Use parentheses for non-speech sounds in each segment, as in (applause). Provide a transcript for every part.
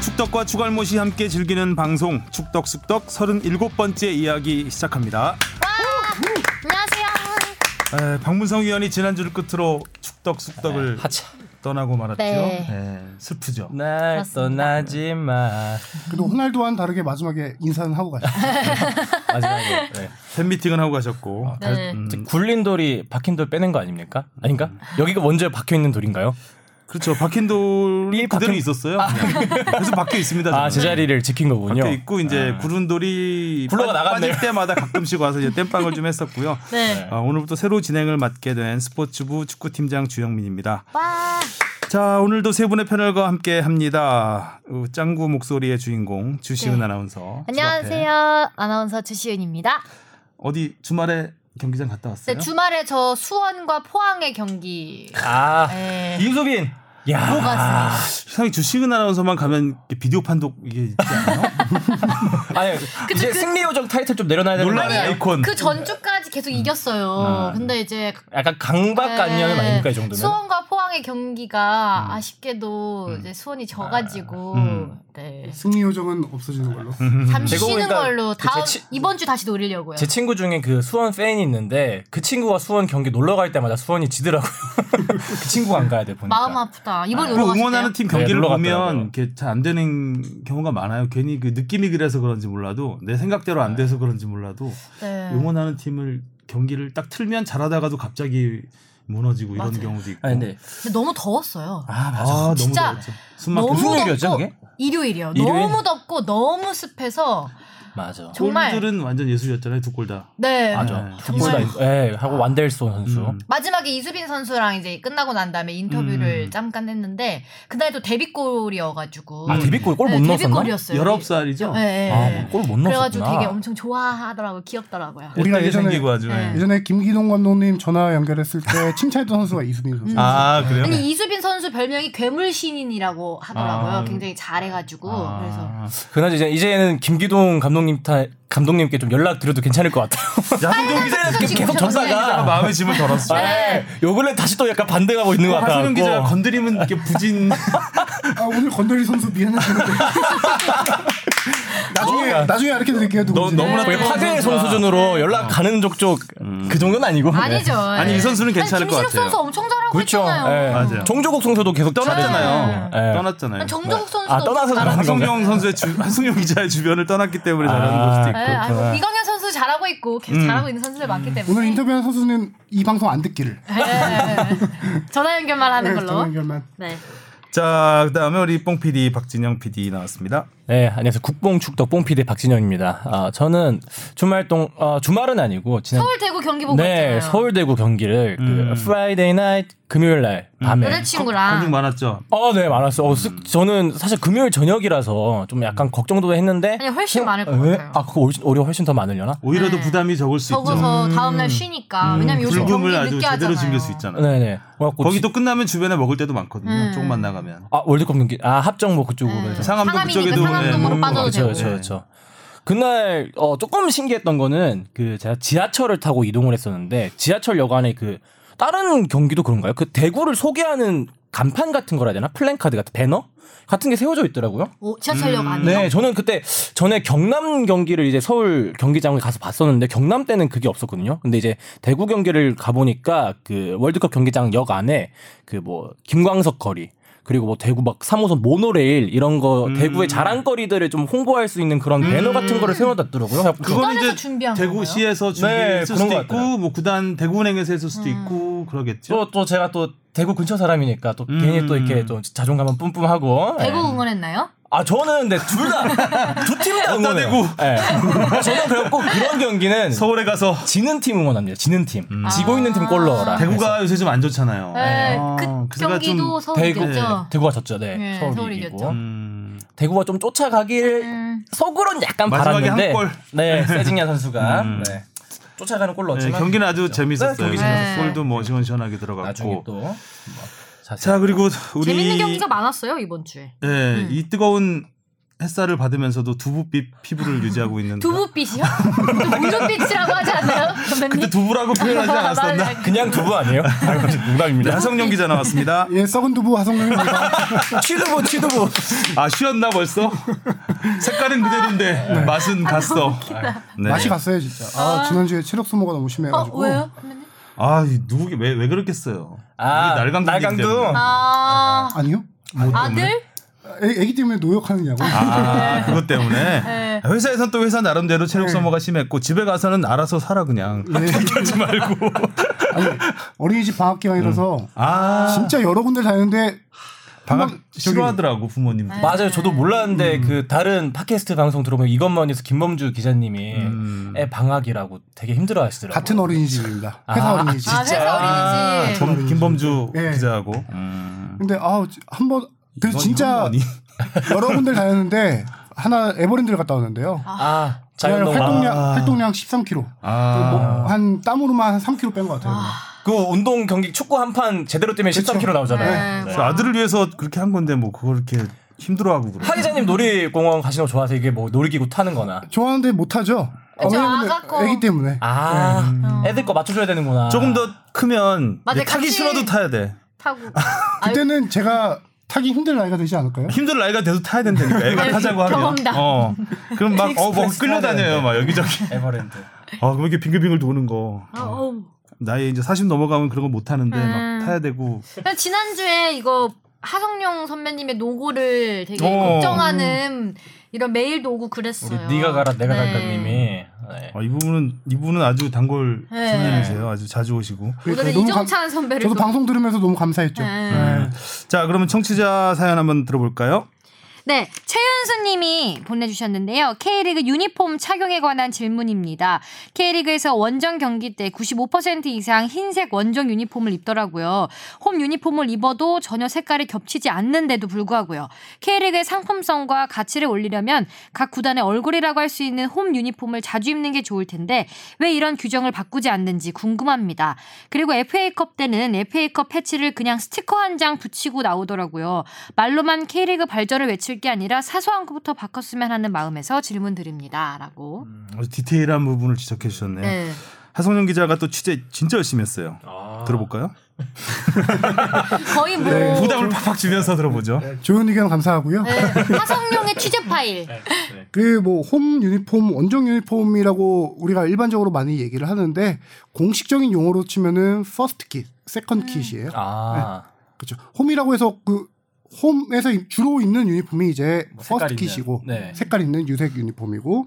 축덕과 추갈못이 함께 즐기는 방송 축덕숙덕 37번째 이야기 시작합니다. 안녕하세요. 에, 박문성 위원이 지난주를 끝으로 축덕숙덕을 하차. 떠나고 말았죠. 네. 네. 슬프죠. 날 그렇습니다. 떠나지 마. 그래도 호날두와는 다르게 마지막에 인사는 하고 가죠. 아, (laughs) 마지막에 네. 팬미팅은 하고 가셨고 달- 네. 음, 굴린 돌이 박힌 돌 빼낸 거 아닙니까? 아닌가? 여기가 먼저 박혀 있는 돌인가요? 그렇죠. 박힌 돌이 이 그대로 박힌- 있었어요. 그냥. 그래서 박혀 있습니다. 아 저는. 네. 제자리를 지킨 거군요. 박혀 있고 이제 구른 돌이 굴러가 빠- 나갔네요. 빠질 때마다 가끔씩 와서 이제 땜빵을 좀 (laughs) 했었고요. 네. 아, 오늘부터 새로 진행을 맡게 된 스포츠부 축구팀장 주영민입니다. 와. 자 오늘도 세 분의 패널과 함께 합니다. 어, 짱구 목소리의 주인공 주시은 네. 아나운서. 집 앞에. 안녕하세요. 아나운서 주시은입니다. 어디 주말에 경기장 갔다 왔어요? 네, 주말에 저 수원과 포항의 경기. 아 네. 뭐 이소빈. 아, 야. 보고 왔습니다. 세상에 주시은 아나운서만 가면 이렇게 비디오 판독 이게 있지 않아요? 아니 이제 승리 요정 타이틀 좀 내려놔야 되는 거 논란의 아니에요? 아이콘. 그 전주까지 음. 계속 아, 이겼어요. 네. 근데 이제 그 약간 강박관념이 네. 아닙니까 이 정도면? 음. 수원과 포항의 경기가 아쉽게도 이제 수원이 져가지고 음. 네. 승리 요정은 없어지는 걸로. 네. 잠시 음. 제가 쉬는 보니까 걸로 그 제 다음 치- 이번 주 다시 노리려고요. 제 친구 중에 그 수원 팬이 있는데 그 친구가 수원 경기 놀러 갈 때마다 수원이 지더라고요. (laughs) 그 친구가 안 가야 돼 보니까. 마음 아프다. 이번 그 놀러 갔을 응원하는 때요. 팀 네, 경기를 놀러 보면 갔더라고요. 이렇게 잘 안 되는 경우가 많아요. 괜히 그 느낌이 그래서 그런지 몰라도 내 생각대로 안 돼서 그런지 몰라도 네. 응원하는 팀을 경기를 딱 틀면 잘하다가도 갑자기 무너지고 이런 맞아요. 경우도 있고. 아니 근데 근데 너무 더웠어요. 아 맞아. 아, 너무 진짜 더웠죠. 숨 막혀. 너무 무슨 덥고 일이었죠, 그게? 일요일이요. 일요일? 너무 덥고 너무 습해서 맞아. 정말 골들은 완전 예술이었잖아요. 두 골 다. 네 맞아. 정말 아. 이소라 예 하고 완델소 선수. 음. 마지막에 이수빈 선수랑 이제 끝나고 난 다음에 인터뷰를 음. 잠깐 했는데 그날도 데뷔골이어가지고 아 데뷔골 골 못 네, 넣었었나? 데뷔골이었어요. 19살이죠? 네. 아, 골 못 넣었구나. 그래가지고 되게 엄청 좋아하더라고 귀엽더라고요. 우리가 예전에- 생기고 아주. 네. 예전에 김기동 감독님 전화 연결했을 때 칭찬했던 선수가 이수빈 선수. 아, 그래요? 아니 이수빈 선수 별명이 괴물 신인이라고 하더라고요. 아. 굉장히 잘해가지고 그래서 그나저 이제 이제는 김기동 감독님 타, 감독님께 좀 연락 드려도 괜찮을 것 같아요. 야성종 하성종 계속 지금 졌다가 전화해요. 기자가 마음의 짐을 덜었어. 예. 그 네. (laughs) 요 근래 다시 또 약간 반등하고 있는 것 같아요. 하소영 기자가 건드리면 이렇게 부진. 아, 오늘 건더리 선수 미안했는데. 나중에 나중에 알려 드릴게요. 누구지? (laughs) 아. 너무나 네. 거의 화제의 손 수준으로 연락 어. 가는 족족 음. 그 정도는 아니고. 아니죠. 아니, 이 선수는 괜찮을 것 김신욱 선수 같아요. 엄청 잘하고 그렇죠. 있잖아요. 예. 네. 맞아요. 정조국 선수도 계속 떠났잖아요. 음. 잘해. 예. 떠났잖아요. 정정욱 선수도 아 떠나서 엄청 잘하는 건가? 한성용 선수의 주, 한성용 기자의 주변을 떠났기 때문에 잘하는 걸 수도 있고. 네, 아니, 뭐 이광현 선수 잘하고 있고 계속 잘하고 있는 선수들 많기 때문에 오늘 인터뷰한 선수는 이 방송 안 듣기를. 아, 네, 네, 네. 전화 연결만 하는 전화 걸로. 연결만. 네. 자, 그다음에 우리 뽕 PD 박진영 PD 나왔습니다. 네, 안녕하세요. 국뽕축덕 뽕피디 박진영입니다. 아, 저는 주말 동 어, 주말은 아니고 지난 서울 대구 경기 보고 네, 왔잖아요. 서울대구 경기를 음. 그 프라이데이 나이트 금요일 날 밤에 음. 관중 여자친구랑 많았죠. 어, 네, 많았어요. 어, 쓱- 저는 사실 금요일 저녁이라서 좀 약간 걱정도 했는데. 아니, 훨씬 많을 것 에? 같아요. 아, 그거 훨씬- 오히려 훨씬 더 많으려나? 오히려 더 네. 부담이 적을 수 있죠. 적어서 다음 날 쉬니까 왜냐면 요즘 경기 불금을 아주 늦게 제대로 하잖아요. 즐길 수 있잖아요. 네네. 그래갖고 거기 지- 또 끝나면 주변에 먹을 때도 많거든요. 음. 조금만 나가면. 아, 월드컵 경기. 아, 합정 뭐 그쪽으로 네. 해서. 상암도 상암이니까 그쪽에도 상암동으로 네, 빠져도 그렇죠, 되고. 그렇죠, 그렇죠. 그날 어, 조금 신기했던 거는 그 제가 지하철을 타고 이동을 했었는데 지하철역 안에 그 다른 경기도 그런가요? 그 대구를 소개하는 간판 같은 거라 해야 되나? 플랜카드 같은 배너 같은 게 세워져 있더라고요. 오, 지하철역 음. 안에. 네, 저는 그때 전에 경남 경기를 이제 서울 경기장을 가서 봤었는데 경남 때는 그게 없었거든요. 근데 이제 대구 경기를 가 보니까 그 월드컵 경기장 역 안에 그 뭐 김광석 거리 그리고 뭐 대구 막 3호선 모노레일 이런 거 대구의 자랑거리들을 좀 홍보할 수 있는 그런 배너 같은 거를 세워놨더라고요. 그건 구단에서 이제 준비한 건가요? 대구시에서 준비했을 네, 그런 수도 것 같아요. 어, 있고 뭐 구단 대구은행에서 했을 음. 수도 있고 그러겠죠. 또, 또 제가 또 대구 근처 사람이니까 또 괜히 또 이렇게 또 자존감은 뿜뿜하고 대구 예. 응원했나요? 아 저는 근데 (laughs) 둘다두팀다 응원해요. 대구. 예. 저는 그래갖고 그런 경기는 네. 서울에 가서 지는 팀 응원합니다. 지는 팀. 지고 있는 팀 골 넣어라. 대구가 요새 좀 안 좋잖아요. 네, 아, 그 그래가 좀 경기도 대구 서울이었죠. 대구가 졌죠. 네. 네, 서울이 서울이 이기고. 이겼죠. 음, 대구가 좀 쫓아가길 음. 속으론 약간 마지막에 바랐는데. 한 골. 네. 세징야 선수가 네. 쫓아가는 골 네, 넣었지만 경기는 아주 재밌었어요. 네, 경기 재밌었어요. 골도 뭐 시원시원하게 나중에 들어갔고. 또 뭐, 자세히 자 그리고 우리 재밌는 경기가 음. 많았어요 이번 주에. 네, 이 뜨거운 햇살을 (laughs) 받으면서도 두부빛 피부를 유지하고 있는 두부빛이요? 좀 우주빛이라고 하지 않나요? 선배님. 그러니까. (laughs) 그때 두부라고 표현하지 않았었나? (laughs) 그냥 두부 아니에요? 아이고, 네, 농담입니다. 하성룡 기자 (laughs) 나왔습니다. 예, 썩은 두부 화성룡입니다. (laughs) 취두부, 취두부. 아 쉬었나 벌써? 색깔은 (laughs) 그대로인데 네. 맛은 갔어. 네. 아, 맛이 갔어요 진짜. 아, 지난주에 체력 소모가 너무 심해가지고. 어 왜요? 선배님? 아 누구게 왜 왜 그렇겠어요? 아, 우리 날강도 날강도? 아 아니요. 아들? 애, 기 때문에 노력하느냐고. 아 그것 때문에 네. 회사에선 또 회사 나름대로 체력 네. 소모가 심했고 집에 가서는 알아서 살아 그냥 (laughs) 하지 말고 아니, 어린이집 방학 기간이라서 아 진짜 여러 군데 다녔는데 방학 한번 저기- 네. 싫어하더라고 부모님들. 맞아요. 저도 몰랐는데 그 다른 팟캐스트 방송 들어보면 이것만해서 김범주 기자님이 애 방학이라고 되게 힘들어하시더라고요. 같은 어린이집입니다. 회사 아, 어린이집. 아 회사 아, 어린이집. 범- 김범주 네. 기자하고 근데 아우 한번 그래서 이건- 이건 진짜 뭐니? 여러 군데 다녔는데 하나 에버랜드를 갔다 왔는데요. 아, 그날 자연농 활동량 아. 활동량 13kg. 아. 한 땀으로만 한 3kg 뺀 것 같아요. 그 운동 경기 축구 한 판 제대로 뛰면 13kg 나오잖아요. 뭐- 네. 그래서 아들을 위해서 그렇게 한 건데 뭐 그걸 이렇게 힘들어하고 그래. 하 기자님 놀이공원 가시는 거 좋아서 이게 뭐 놀이기구 타는 거나. 좋아하는데 못하죠. 그쵸, 왜냐면 아가 거. 애기 때문에. 아, 네. 애들 거 맞춰줘야 되는구나. 조금 더 크면 맞아, 이제 타기 같이- 싫어도 타야 돼. 타고. 그때는 제가 타기 힘들 나이가 되지 않을까요? 힘들 나이가 돼서 타야 된다니까. 애가 네, 타자고 하면. 경험담. 어. 그럼 막 어 뭐 킥스프레스 끌려다녀요. 타야 막 여기저기. 에버랜드. 아, 그럼 이렇게 빙글빙글 도는 거. 아, 어우. 나이 이제 40 넘어가면 그런 거 못 하는데 음. 막 타야 되고. 그래서 지난주에 이거 하성룡 선배님의 노고를 되게 어. 걱정하는 이런 메일도 오고 우리 그랬어요. 네가 가라 내가 네. 갈까님이. 네. 아, 이 부분은 이 부분은 아주 단골 네. 손님이세요. 아주 자주 오시고. 오늘은 너무 감- 이정찬 선배를 저도 또- 방송 들으면서 너무 감사했죠. 네. 네. 자, 그러면 청취자 사연 한번 들어볼까요? 네, 최윤수님이 보내주셨는데요. K리그 유니폼 착용에 관한 질문입니다. K리그에서 원정 경기 때 95% 이상 흰색 원정 유니폼을 입더라고요. 홈 유니폼을 입어도 전혀 색깔이 겹치지 않는데도 불구하고요. K리그의 상품성과 가치를 올리려면 각 구단의 얼굴이라고 할 수 있는 홈 유니폼을 자주 입는 게 좋을 텐데 왜 이런 규정을 바꾸지 않는지 궁금합니다. 그리고 FA컵 때는 FA컵 패치를 그냥 스티커 한 장 붙이고 나오더라고요. 말로만 K리그 발전을 외칠 게 아니라 사소한 것부터 바꿨으면 하는 마음에서 질문 드립니다라고. 아주 디테일한 부분을 지적해 주셨네요. 네. 하성룡 기자가 또 취재 진짜 열심히 했어요. 아. 들어볼까요? 거의 뭐 네. 부담을 팍팍 주면서 들어보죠. 좋은 의견 감사하고요. 네, 화성룡의 취재 파일. 네. 그 뭐 홈 유니폼, 원정 유니폼이라고 우리가 일반적으로 많이 얘기를 하는데 공식적인 용어로 치면은 퍼스트 킷, 세컨드 킷이에요. 아, 그렇죠. 홈이라고 해서 그 홈에서 입- 주로 입는 유니폼이 이제 뭐 색깔 퍼스트 있는. 킷이고 네. 색깔 있는 유색 유니폼이고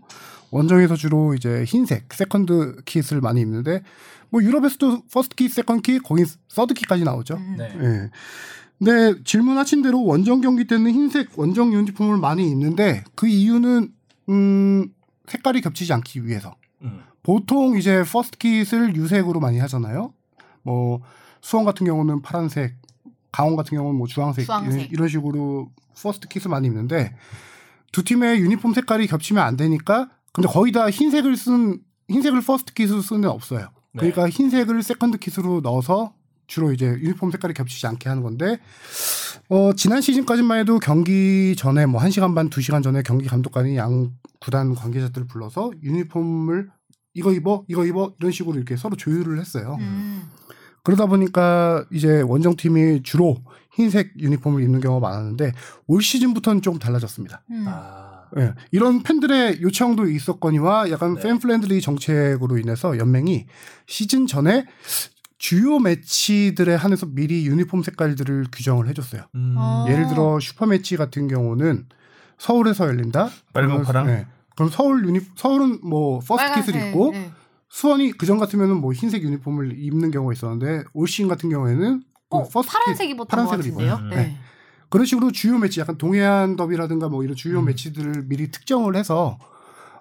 원정에서 주로 이제 흰색 세컨드 킷을 많이 입는데 뭐 유럽에서도 퍼스트 킷, 세컨드 킷, 거기 서드 킷까지 음. 나오죠. 네. 예. 근데 질문하신 대로 원정 경기 때는 흰색 원정 유니폼을 많이 입는데 그 이유는 음 색깔이 겹치지 않기 위해서. 음. 보통 이제 퍼스트 킷을 유색으로 많이 하잖아요. 뭐 수원 같은 경우는 파란색, 강원 같은 경우는 뭐 주황색, 주황색. 이런, 이런 식으로 퍼스트 킷을 많이 입는데 두 팀의 유니폼 색깔이 겹치면 안 되니까 근데 거의 다 흰색을 쓴 흰색을 퍼스트 킷으로 쓰는 데 없어요. 네. 그러니까 흰색을 세컨드 킷으로 넣어서 주로 이제 유니폼 색깔이 겹치지 않게 하는 건데 어, 지난 시즌까지만 해도 경기 전에 뭐 1시간 반, 2시간 전에 경기 감독관이 양 구단 관계자들을 불러서 유니폼을 이거 입어, 이거 입어 이런 식으로 이렇게 서로 조율을 했어요. 음. 그러다 보니까 이제 원정팀이 주로 흰색 유니폼을 입는 경우가 많았는데 올 시즌부터는 조금 달라졌습니다. 음. 아, 예, 이런 팬들의 요청도 있었거니와 약간 네. 팬 플랜들리 정책으로 인해서 연맹이 시즌 전에 주요 매치들에 한해서 미리 유니폼 색깔들을 규정을 해줬어요. 음. 어. 예를 들어 슈퍼매치 같은 경우는 서울에서 열린다. 빨간 그러면- 파랑? 네. 그럼 서울 유니 서울은 뭐 퍼스트 킷을 빨간색, 입고 네. 수원이 그전 같으면은 뭐 흰색 유니폼을 입는 경우가 있었는데 올 시즌 같은 경우에는 그 어, 퍼스트 파란색 킷, 입었던 파란색을 것 같은데요. 입어요. 네. 네. 그런 식으로 주요 매치 약간 동해안 더비라든가 뭐 이런 음. 주요 매치들을 미리 특정을 해서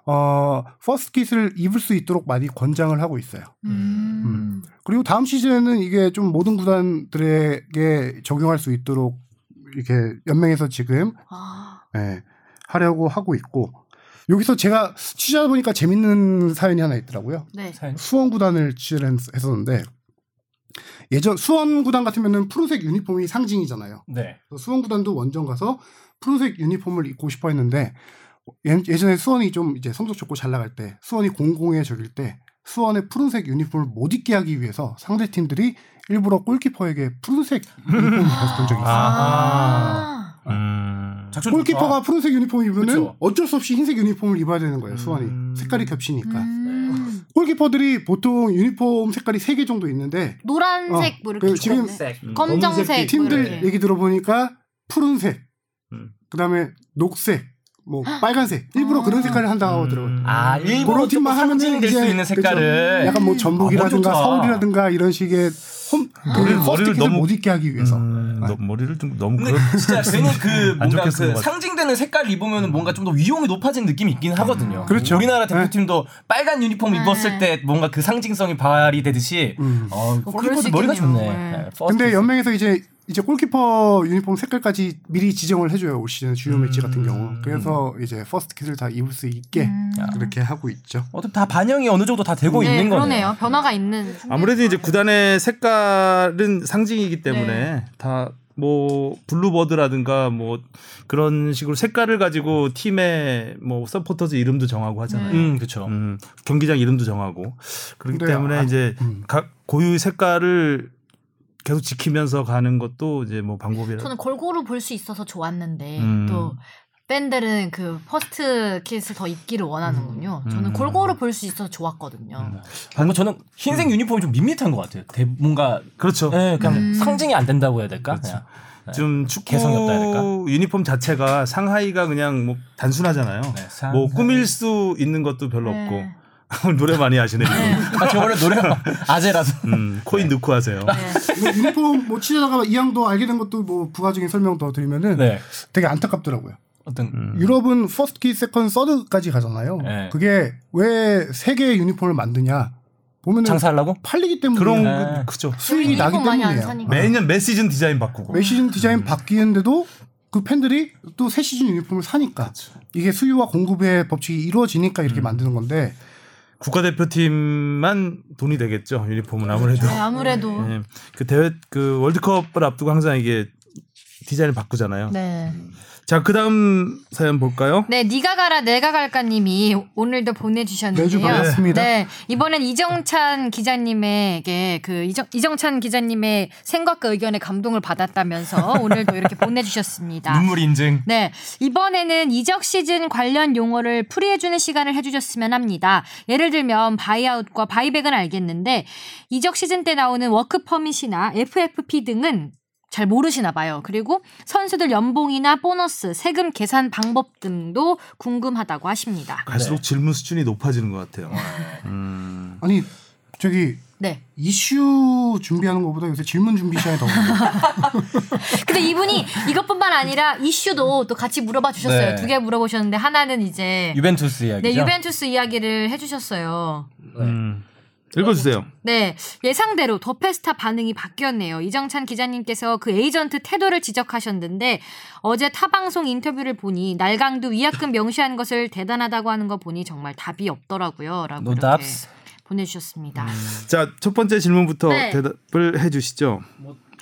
어 퍼스트 킷을 입을 수 있도록 많이 권장을 하고 있어요. 음. 그리고 다음 시즌에는 이게 좀 모든 구단들에게 적용할 수 있도록 이렇게 연맹에서 지금 아, 예, 하려고 하고 있고 여기서 제가 취재하다 보니까 재밌는 사연이 하나 있더라고요. 네. 사연. 수원 구단을 취재를 했- 했었는데 예전 수원 구단 같으면은 푸른색 유니폼이 상징이잖아요. 네. 그래서 수원 구단도 원정 가서 푸른색 유니폼을 입고 싶어 했는데 예- 예전에 수원이 좀 이제 성적 좋고 잘 나갈 때 수원이 공공에 적일 때 수원의 푸른색 유니폼을 못 입게 하기 위해서 상대 팀들이 일부러 골키퍼에게 푸른색 (laughs) 유니폼을 벗은 적이 있어요. 아. 음. 작전 골키퍼가 푸른색 유니폼 입으면 그쵸. 어쩔 수 없이 흰색 유니폼을 입어야 되는 거예요. 수원이 음. 색깔이 겹치니까. 음. 골키퍼들이 보통 유니폼 색깔이 3개 정도 있는데 노란색 어, 뭐 이렇게 그 지금 있거든요. 음. 검정색 뭐 팀들 이렇게. 얘기 들어보니까 푸른색, 음. 그다음에 녹색, 뭐 빨간색 일부러 아. 그런 색깔을 한다고 하더라고요. 아, 일부러 그런 좀 팀만 하면은 상징될 수 이제 있는 그쵸. 색깔을. 약간 음. 뭐 전북이라든가 아, 뭐 좋다. 서울이라든가 이런 식의 홈 머리를- 그 머리를 머리를 너무- 너무 못 입게 하기 위해서 네. 음, 너, 머리를 좀 너무 근데 그럴 진짜 괜히 그 뭔가 그 좋겠어, 뭔가. 상징되는 색깔 입으면 뭔가 좀 더 위용이 높아진 느낌이 있긴 하거든요. 그렇죠. 우리나라 대표팀도 빨간 유니폼 네. 입었을 때 뭔가 그 상징성이 발휘되듯이 음. 어, 어, 골키퍼도 그럴 수 머리가 있겠네요. 좋네. 네, 네. 근데 퍼스트. 연맹에서 이제 이제 골키퍼 유니폼 색깔까지 미리 지정을 해줘요 올 시즌 주요 매치 음. 같은 경우 그래서 이제 퍼스트 킷을 다 입을 수 있게 음. 음. 그렇게 하고 있죠. 어차피 다 반영이 어느 정도 다 되고 네, 뭐 있는 거네요. 그러네요. 변화가 있는. 네, 아무래도 이제 구단의 색깔은 상징이기 네. 때문에 다 뭐 블루버드라든가 뭐 그런 식으로 색깔을 가지고 팀의 뭐 서포터즈 이름도 정하고 하잖아요. 음, 그렇죠. 음, 경기장 이름도 정하고 그렇기 근데 때문에 아, 이제 음. 각 고유의 색깔을 계속 지키면서 가는 것도 이제 뭐 방법이라. 저는 골고루 볼 수 있어서 좋았는데 음. 또 밴들은 그 퍼스트 킷을 더 입기를 원하는군요. 음. 저는 골고루 볼 수 있어서 좋았거든요. 뭐 저는 흰색 유니폼이 좀 밋밋한 것 같아요. 대, 뭔가 그렇죠. 예, 그냥 음. 상징이 안 된다고 해야 될까? 그렇죠. 그냥. 네. 좀 축구 개성이 없다 해야 될까? 유니폼 자체가 상하이가 그냥 뭐 단순하잖아요. 네, 상하이. 뭐 꾸밀 수 있는 것도 별로 네. 없고 (laughs) 노래 많이 하시네. 지금. 아, 저 원래 노래가 아재라서. 음, 코인 넣고 하세요. 네. 이거 유니폼 뭐 치려다가 이 양도 알게 된 것도 뭐 부가적인 설명 더 드리면은 네. 되게 안타깝더라고요. 어떤 음. 유럽은 퍼스트 키, 세컨, 서드까지 가잖아요. 네. 그게 왜 세 개의 유니폼을 만드냐 보면은 장사하려고? 팔리기 때문에 그런 네. 거 크죠. 수익이 나기 유니폼 많이 안 때문이에요. 사니까. 매년 매 시즌 디자인 바꾸고. 네. 매 시즌 디자인 바뀌는데도 그 팬들이 또 새 시즌 유니폼을 사니까 이게 수요와 공급의 법칙이 이루어지니까 음. 이렇게 만드는 건데 국가대표팀만 돈이 되겠죠. 유니폼은 아무래도. 네, 아무래도 네. 그 대회 그 월드컵을 앞두고 항상 이게 디자인을 바꾸잖아요. 네. 자, 그다음 사연 볼까요? 네, 니가 가라 내가 갈까님이 오늘도 보내주셨는데요. 매주 반갑습니다. 네, 이번엔 이정찬 기자님에게 그 이정, 이정찬 기자님의 생각과 의견에 감동을 받았다면서 오늘도 이렇게 보내주셨습니다. (laughs) 눈물 인증. 네. 이번에는 이적 시즌 관련 용어를 풀이해주는 시간을 해주셨으면 합니다. 예를 들면, 바이아웃과 바이백은 알겠는데, 이적 시즌 때 나오는 워크퍼밋이나 FFP 등은 잘 모르시나 봐요. 그리고 선수들 연봉이나 보너스, 세금 계산 방법 등도 궁금하다고 하십니다. 갈수록 질문 수준이 높아지는 것 같아요. 음. 아니 저기 네. 이슈 준비하는 것보다 요새 질문 준비 시간이 더 (laughs) 많아요. 근데 (laughs) 이분이 이것뿐만 아니라 이슈도 또 같이 물어봐 주셨어요. 네. 두 개 물어보셨는데, 하나는 이제, 유벤투스 네, 이야기죠. 유벤투스 이야기를 해주셨어요. 음. 읽어주세요. 네. 예상대로 더페스타 반응이 바뀌었네요. 이정찬 기자님께서 그 에이전트 태도를 지적하셨는데 어제 타방송 인터뷰를 보니 날강도 위약금 명시한 것을 대단하다고 하는 거 보니 정말 답이 없더라고요. 라고 No 음, 이렇게 doubts. 보내주셨습니다. 자, 첫 번째 질문부터 네. 뭐 대답을 해주시죠.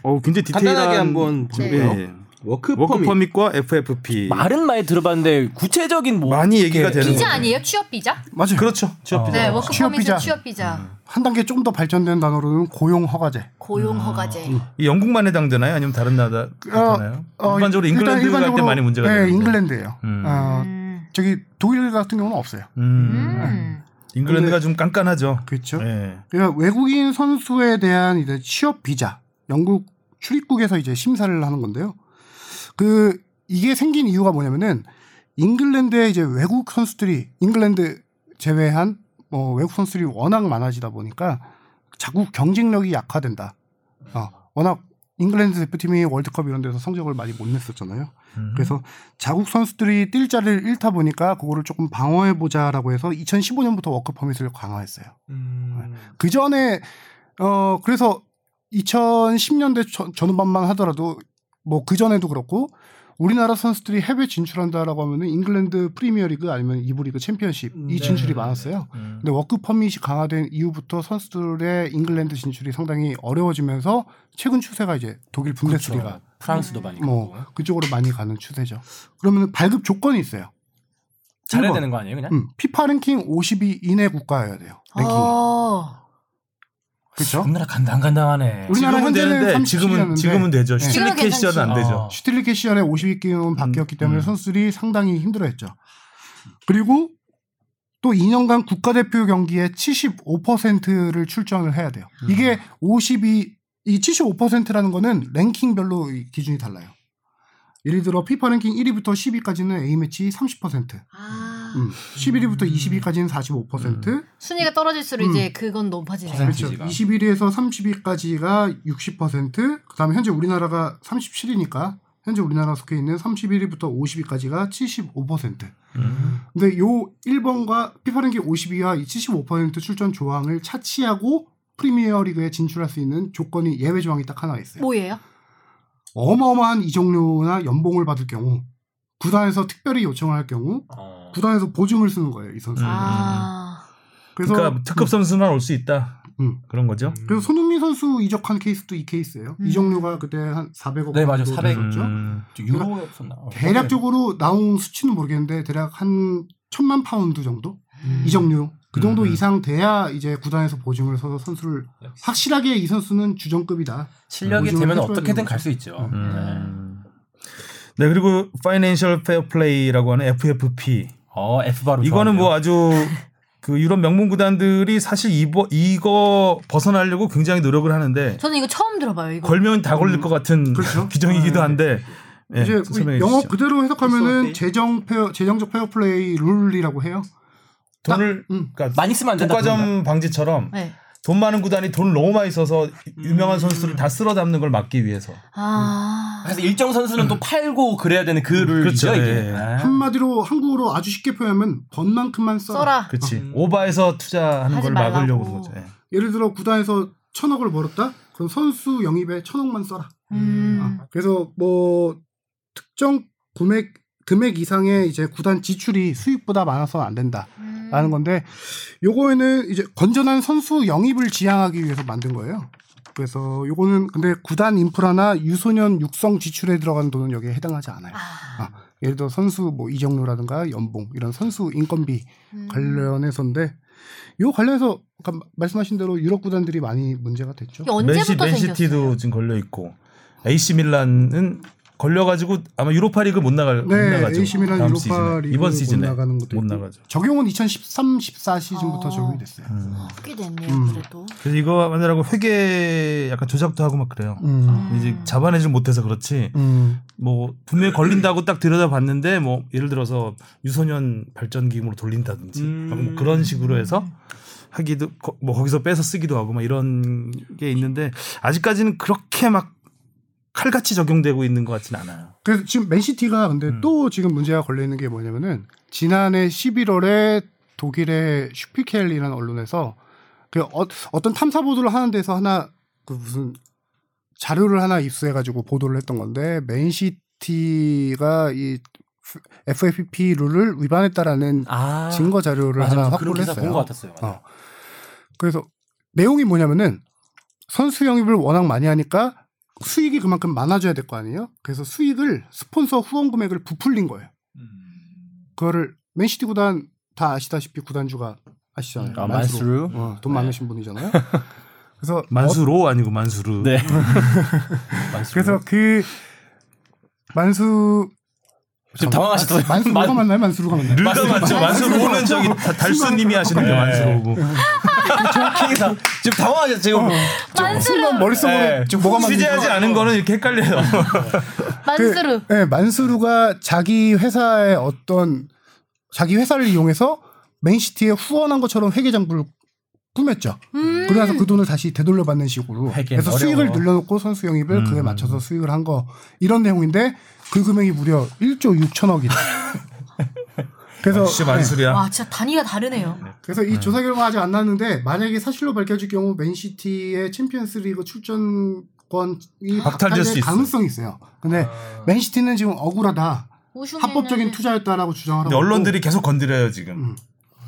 어, 굉장히 디테일한 간단하게 한번 볼까요? 예. 워크 퍼밋. 워크퍼밋과 예. FFP 말은 많이 들어봤는데 구체적인 뭐 많이 이렇게 얘기가 되는 비자 거예요. 아니에요? 취업 비자? 맞아요. 그렇죠. 취업 비자. 네, 어, 취업 워크퍼밋은 비자. 취업 음. 비자. 한 단계 좀 더 발전된 단어로는 고용 허가제. 고용 허가제. 이 영국만 해당되나요? 아니면 다른 나라 해당되나요? 어, 일반적으로 어, 일- 일단 잉글랜드 갈 때 일반적으로- 많이 문제가 네, 되는데. 잉글랜드예요. 음. 어, 음. 저기 독일 같은 경우는 없어요. 음. 음. 잉글랜드가 좀 깐깐하죠. 그렇죠. 예. 그러니까 외국인 선수에 대한 이제 취업 비자, 영국 출입국에서 이제 심사를 하는 건데요. 그 이게 생긴 이유가 뭐냐면은 잉글랜드에 이제 외국 선수들이 잉글랜드 제외한 뭐 외국 선수들이 워낙 많아지다 보니까 자꾸 경쟁력이 약화된다. 어, 워낙 잉글랜드 대표팀이 월드컵 이런 데서 성적을 많이 못 냈었잖아요. 음. 그래서 자국 선수들이 뛸 자리를 잃다 보니까 그거를 조금 방어해 보자라고 해서 2015년부터 워크 퍼밋을 강화했어요. 그 전에 어 그래서 2010년대 전- 전후반만 하더라도 뭐 그 전에도 그렇고 우리나라 선수들이 해외 진출한다라고 하면은 잉글랜드 프리미어리그 아니면 이브리그 챔피언십 음. 네. 이 진출이 많았어요. 근데 워크 퍼밋이 강화된 이후부터 선수들의 잉글랜드 진출이 상당히 어려워지면서 최근 추세가 이제 독일 분데스리가 그렇죠. 프랑스도 많이 뭐 가고. 그쪽으로 많이 가는 추세죠. 그러면 발급 조건이 있어요. 잘해야 일본. 되는 거 아니에요, 그냥? 음, 피파 랭킹 50위 이내 국가여야 돼요. 아. 랭킹. 어. 그렇죠? 우리나라 간당간당하네. 우리나라 지금은 현재는 되는데 37 지금은 이었는데 지금은 되죠. 네. 지금은 슈틸리케 시절은 안 괜찮지. 되죠. 어. 슈틸리케 시절에 50위권은 바뀌었기 때문에 음. 선수들이 상당히 힘들어했죠. 그리고 또 2년간 국가대표 경기에 75%를 출전을 해야 돼요. 음. 이게 50이 이 75%라는 거는 랭킹별로 이 기준이 달라요. 예를 들어 피파 랭킹 1위부터 10위까지는 A 매치 30%, 아. 음. 11위부터 20위까지는 45%, 음. 순위가 떨어질수록 음. 이제 그건 높아지네요. 그렇죠. 21위에서 30위까지가 60%, 그다음에 현재 우리나라가 37위니까 현재 우리나라 속해 있는 31위부터 50위까지가 75%. 근데 요 1번과 피파랭킹 50위와 이75% 출전 조항을 차치하고 프리미어리그에 진출할 수 있는 조건이 예외 조항이 딱 하나 있어요. 뭐예요? 어마어마한 이적료나 연봉을 받을 경우 구단에서 특별히 요청을 할 경우 어. 구단에서 보증을 쓰는 거예요, 이 선수. 음. 아. 그래서 그러니까 특급 선수만 올 수 있다. 음. 그런 거죠. 그래서 손흥민 선수 이적한 케이스도 이 케이스예요. 음. 이적료가 그때 한 400억 네, 맞아요. 정도 400. 됐었죠. 음. 유로였었나? 어, 음. 대략적으로 나온 수치는 모르겠는데 대략 한 천만 파운드 정도 이적료 그 정도 음. 이상 돼야 이제 구단에서 보증을 서서 선수를 역시. 확실하게 이 선수는 주전급이다. 실력이 요즘은 되면 해줘야 어떻게든 되는 갈 수 있죠. 네. 음. 네 그리고 파이낸셜 페어플레이라고 하는 FFP 어, F 그렇죠. 바로. 이거는 뭐 아주 그 유럽 명문 구단들이 사실 이거, 이거 벗어나려고 굉장히 노력을 하는데 저는 이거 처음 들어봐요. 이거. 걸면 다 걸릴 것 같은 (laughs) 그렇죠. 규정이기도 네. 한데 예, 이제 설명해 영어 주시죠. 그대로 해석하면은 어때? 재정 페어, 재정적 페어플레이 룰이라고 해요. 돈을 음. 그러니까 많이 쓰면 안 된다. 그런가? 독과점 방지처럼 네. 돈 많은 구단이 돈을 너무 많이 음. 써서 유명한 선수를 다 쓸어 담는 걸 막기 위해서 아. 음. 그래서 일정 선수는 또 팔고 그래야 되는 그 룰이죠 그렇죠, 이게. 예. 네. 아. 한마디로 한국어로 아주 쉽게 표현하면 번만큼만 써라. 써라. 그렇지 음. 오바에서 투자하는 하지 걸 막으려고 말라고. 그러죠. 예. 예를 들어 구단에서 천억을 벌었다. 그럼 선수 영입에 천억만 써라. 음. 아, 그래서 뭐 특정 금액 금액 이상의 이제 구단 지출이 수익보다 많아서 안 된다라는 음. 건데 요거에는 이제 건전한 선수 영입을 지향하기 위해서 만든 거예요. 그래서 요거는 근데 구단 인프라나 유소년 육성 지출에 들어가는 돈은 여기에 해당하지 않아요. 아. 아, 예를 들어 선수 뭐 이적료라든가 연봉 이런 선수 인건비 음. 관련해서인데 요 관련해서 아까 말씀하신 대로 유럽 구단들이 많이 문제가 됐죠. 이게 언제부터 맨시, 생겼어요? 맨시티도 지금 걸려 있고 AC 밀란은 걸려가지고 아마 유로파리그 못 나갈 못 네, 나가죠. AC 밀란 다음 유로파 시즌에. 리그 이번 시즌에 못 나가는 것도 못 있고. 나가죠. 적용은 2013, 14 시즌부터 아. 적용이 됐어요. 음. 꽤 됐네요. 음. 그래도. 그래서 이거 만들라고 회계 약간 조작도 하고 막 그래요. 음. 이제 잡아내지 못해서 그렇지. 음. 뭐 분명히 걸린다고 딱 들여다봤는데 뭐 예를 들어서 유소년 발전 기금으로 돌린다든지 음. 막 뭐 그런 식으로 해서 하기도 거- 뭐 거기서 빼서 쓰기도 하고 막 이런 게 있는데 아직까지는 그렇게 막 칼같이 적용되고 있는 것 같진 않아요. 그래서 지금 맨시티가 근데 음. 또 지금 문제가 걸려 있는 게 뭐냐면은 지난해 11월에 독일의 슈피켈이라는 언론에서 그 어, 어떤 탐사 보도를 하는 데서 하나 그 무슨 자료를 하나 입수해 가지고 보도를 했던 건데 맨시티가 이 FFP 룰을 위반했다라는 아. 증거 자료를 맞아, 하나 맞아. 그런 확보를 기사 했어요. 본것 같았어요. 맞아. 어. 그래서 내용이 뭐냐면은 선수 영입을 워낙 많이 하니까 수익이 그만큼 많아져야 될 거 아니에요? 그래서 수익을 스폰서 후원 금액을 부풀린 거예요. 그거를 맨시티 구단 다 아시다시피 구단주가 아시잖아요. 아, 만수르. 네. 어, 돈 (laughs) 많으신 분이잖아요. 그래서 만수로 아니고 만수르. 네. 그래서 그 만수 지금 당황하셨어요. (laughs) 만수가 만- 맞나요? 만수가 맞나요? 르가 맞죠. 만수로는 저기 다- 달수님이 하시는 게 아, 네. 아, 만수로고. 케이사 지금 당황하셨죠 지금. 만수르. 머릿속으로 네. 지금 뭐가 맞는지 취재하지 않은 거는 이렇게 헷갈려요. 만수르. 네, 만수르가 자기 회사의 어떤 자기 회사를 이용해서 맨시티에 후원한 것처럼 회계 장부를 꾸몄죠. 음. 그래서 그 돈을 다시 되돌려받는 식으로. 하긴 그래서 어려워. 수익을 늘려놓고 선수 영입을 음. 그에 맞춰서 수익을 한 거 이런 내용인데 그 금액이 무려 1조 (laughs) 6천억이다. 그래서 역시 만수리야. 와, 아, 진짜 단위가 다르네요. 그래서 이 음. 조사 결과가 아직 안 나왔는데 만약에 사실로 밝혀질 경우 맨시티의 챔피언스리그 출전권이 박탈될 수 있어요. 아. 가능성이 있어요. 네. 근데 맨시티는 지금 억울하다. 우승에는- 합법적인 투자였다라고 주장을 근데 하고 언론들이 계속 건드려요 지금. 음.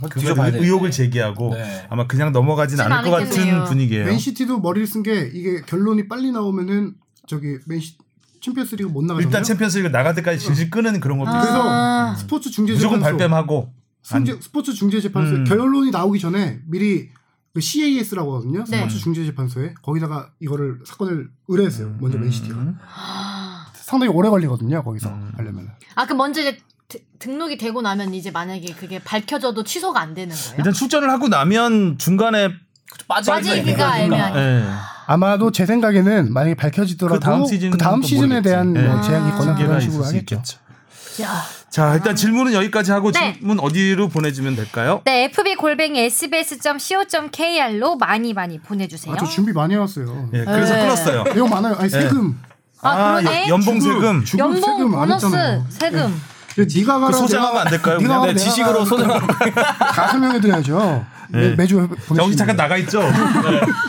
그거에 뒤져봐야 대해 되겠네. 의혹을 제기하고 네. 아마 그냥 넘어가진 지금 않을 것 안 했겠네요. 같은 분위기예요. 맨시티도 머리를 쓴 게 이게 결론이 빨리 나오면은 저기 맨시 챔피언스리그 못 나가잖아요. 일단 챔피언스리그 나갈 때까지 질질 끄는 그렇죠? 음. 그런 것도 있고 뭐 그래서 아. 스포츠 중재 무조건 재판소 발뺌하고 승재- 스포츠 중재 재판소 음. 결론이 나오기 전에 미리 그 CAS라고 하거든요. 네. 스포츠 중재 재판소에 거기다가 이거를 사건을 의뢰했어요. 먼저 맨시티가 음. 상당히 오래 걸리거든요. 거기서 음. 하려면. 아, 그럼 먼저 이제 드- 등록이 되고 나면 이제 만약에 그게 밝혀져도 취소가 안 되는 거예요? 네. 일단 출전을 하고 나면 중간에 빠지기가 애매하니까. 예. 아마도 제 생각에는 만약에 밝혀지더라도 그 다음 시즌은 그 다음 또 시즌에 모르겠지. 대한 뭐 네. 제약이 있거나 징계가 그런 있을 식으로 수 하겠죠. 있겠죠. 야. 자 아. 일단 질문은 여기까지 하고 네. 질문 어디로 보내주면 될까요? 네, fb 골뱅이 sbs.co.kr로 많이 많이 보내주세요. 아, 저 준비 많이 해왔어요. 예, 그래서 네. 끊었어요. 내용 많아요. 아니 세금, 아, 그러네. 연- 연봉 주급, 세금 주급 연봉 세금 안 보너스 했잖아요. 세금. 그 네가 가라. 그 소장하면 안 될까요? 그냥? 네가 네, 가라, 내가 지식으로 가라. 소장하고 다 (laughs) 설명해드려야죠. 매- 매주 보내. 여기 잠깐 네. 나가 있죠.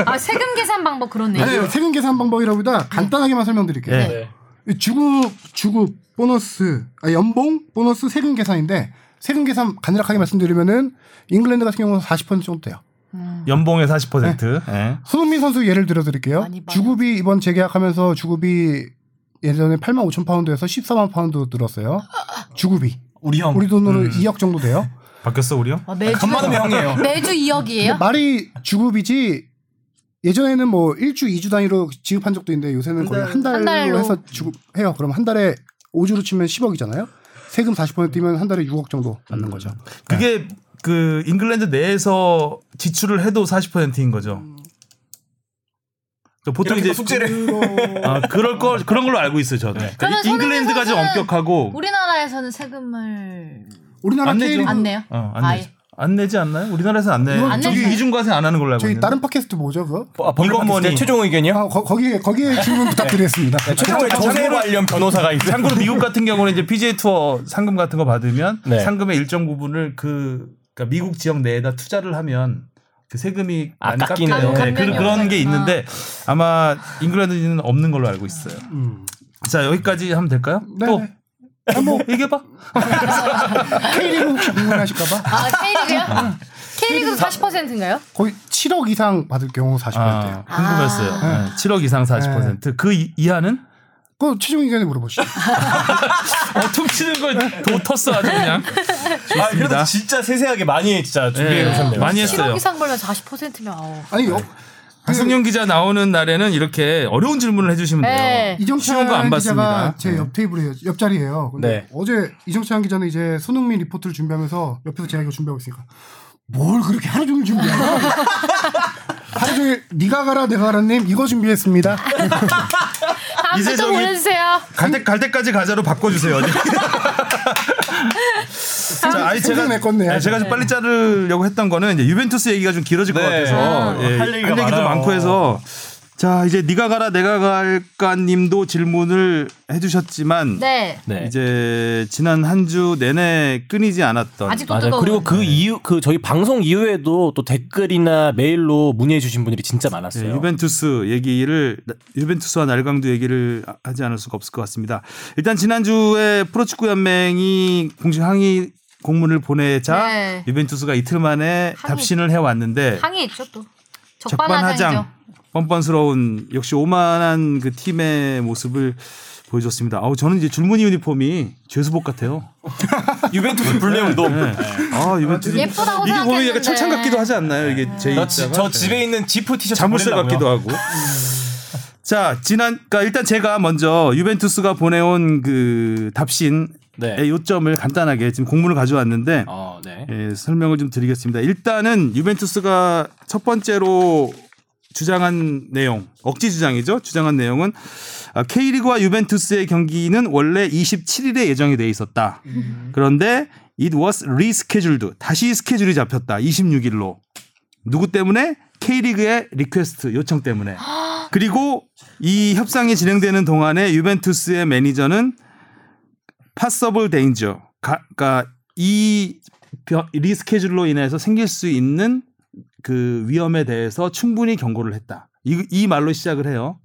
아 세금 계산 방법 그렇네요. 아니 세금 계산 방법이라보다 간단하게만 설명드릴게요. 네. 이 주급, 주급, 보너스, 아, 연봉, 보너스, 세금 계산인데 세금 계산 간략하게 말씀드리면은 잉글랜드 같은 경우는 40% 정도 돼요. 음. 연봉의 40%. 네. 예. 손흥민 선수 예를 들어드릴게요. 많이 봐요. 주급이 이번 재계약하면서 주급이 예전에 8만 5천 파운드에서 14만 파운드 늘었어요. (laughs) 주급이 우리 형. 우리 돈으로 음. 2억 정도 돼요. 바뀌었어 우리요? 네. 아, 매주 네. 간만에 형이에요. 매주 네, 2억이에요? 말이 주급이지 예전에는 뭐 1주, 2주 단위로 지급한 적도 있는데 요새는 거의 한 달로, 한 달로. 해서 지급해요. 그럼 한 달에 5주로 치면 10억이잖아요. 세금 40% 뛰면 한 달에 6억 정도 받는 거죠. 그게 그 잉글랜드 내에서 지출을 해도 40%인 거죠. 음. 그러니까 보통 이제 숙제를 아, 그럴 걸 그런 걸로 알고 있어요, 저는. 그러니까 그러면 잉글랜드가 좀 손흥민 선수는 엄격하고 우리나라에서는 세금을 우리나라 안 내죠. K리그 안 내요? 어, 안 아예. 내지. 안 내지 않나요? 우리나라에서 안 내. 이건 안 저기 내죠. 이중과세 안 하는 걸로 알고 저희 있는데. 다른 팟캐스트 뭐죠 그거? 아, 법률 이건 뭐니? 팟캐스트의 최종 의견이요? 아, 거, 거기에 거기에 질문 부탁드리겠습니다. 최종의 조세 관련 변호사가 있어요. 참고로 미국 같은 경우는 이제 PGA 투어 상금 같은 거 받으면 네. 상금의 일정 부분을 그 그러니까 미국 지역 내에다 투자를 하면 그 세금이 아, 많이 깎이는. 깎여요. 네, 감면이 그런 그런 게 있는데 아마 잉글랜드는 없는 걸로 알고 있어요. 자 여기까지 하면 될까요? 네. 또 한번 얘기해봐. K리그 혹시 궁금하실까봐 아, K리그요? K리그도 40%인가요? 거의 7억 이상 받을 경우 40%예요. 아, 궁금했어요. 네, 7억 이상 40%그 이하는 그거 최종 의견에 물어보시죠. 어, 퉁치는 걸 도터스 아주 그냥. 아, 좋습니다. 그래도 진짜 세세하게 많이 진짜 준비해 네, 오셨네요. 많이 했어요. 7억 이상 벌면 40%면 아우. 아니 요 박성용 기자 나오는 날에는 이렇게 어려운 질문을 해주시면 돼요. 네. 쉬운 거안 이정찬 기자가 봤습니다. 제 네. 옆 테이블이에요. 옆자리예요. 근데 네. 어제 이정찬 기자는 이제 손흥민 리포트를 준비하면서 옆에서 제가 이거 준비하고 있으니까 뭘 그렇게 하루 종일 준비하냐? (laughs) 하루 종일 네가 가라 내가 가라님 이거 준비했습니다. 다음 이제 주좀 저기- 보내주세요. 갈, 때, 갈 때까지 가자로 바꿔주세요. (laughs) 자, 아니 제가 생각날 건데. 아니, 제가 좀 빨리 자르려고 했던 거는 이제 유벤투스 얘기가 좀 길어질 것 네. 같아서 아, 예, 할 얘기가 도 많아요. 많고 해서 자 이제 네가 가라 내가 갈까님도 질문을 해주셨지만 네. 네. 이제 지난 한 주 내내 끊이지 않았던 아직도 맞아요. 뜨거워. 그리고 그 이후 그 저희 방송 이후에도 또 댓글이나 메일로 문의해 주신 분들이 진짜 네, 많았어요. 유벤투스 얘기를 유벤투스와 날강도 얘기를 하지 않을 수가 없을 것 같습니다. 일단 지난주에 프로축구 연맹이 공식 항의 공문을 보내자 네. 유벤투스가 이틀 만에 항의. 답신을 해 왔는데 항의 있죠 또. 적반하장이죠. 적반하장 뻔뻔스러운 역시 오만한 그 팀의 모습을 보여줬습니다. 아우 저는 이제 줄무늬 유니폼이 죄수복 같아요. 유벤투스 블랙도 네. 아 유벤투스 예쁘다고 이게 보면 약간 생각했는데. 네. 철창 같기도 하지 않나요? 이게 제 저, 입자가? 지- 저 집에 있는 지프 티셔츠 자물쇠 보내려고요. 같기도 하고. 자, 지난, 그니까 일단 제가 먼저 유벤투스가 보내온 그 답신의 네. 요점을 간단하게 지금 공문을 가져왔는데 어, 네. 예, 설명을 좀 드리겠습니다. 일단은 유벤투스가 첫 번째로 주장한 내용, 억지 주장이죠. 주장한 내용은 아, K리그와 유벤투스의 경기는 원래 27일에 예정이 돼 있었다. 그런데 it was rescheduled. 다시 스케줄이 잡혔다. 26일로. 누구 때문에? K리그의 리퀘스트 요청 때문에. 그리고 이 협상이 진행되는 동안에 유벤투스의 매니저는 possible danger. 가, 그러니까 이 변- 리스케줄로 인해서 생길 수 있는 그 위험에 대해서 충분히 경고를 했다. 이, 이 말로 시작을 해요.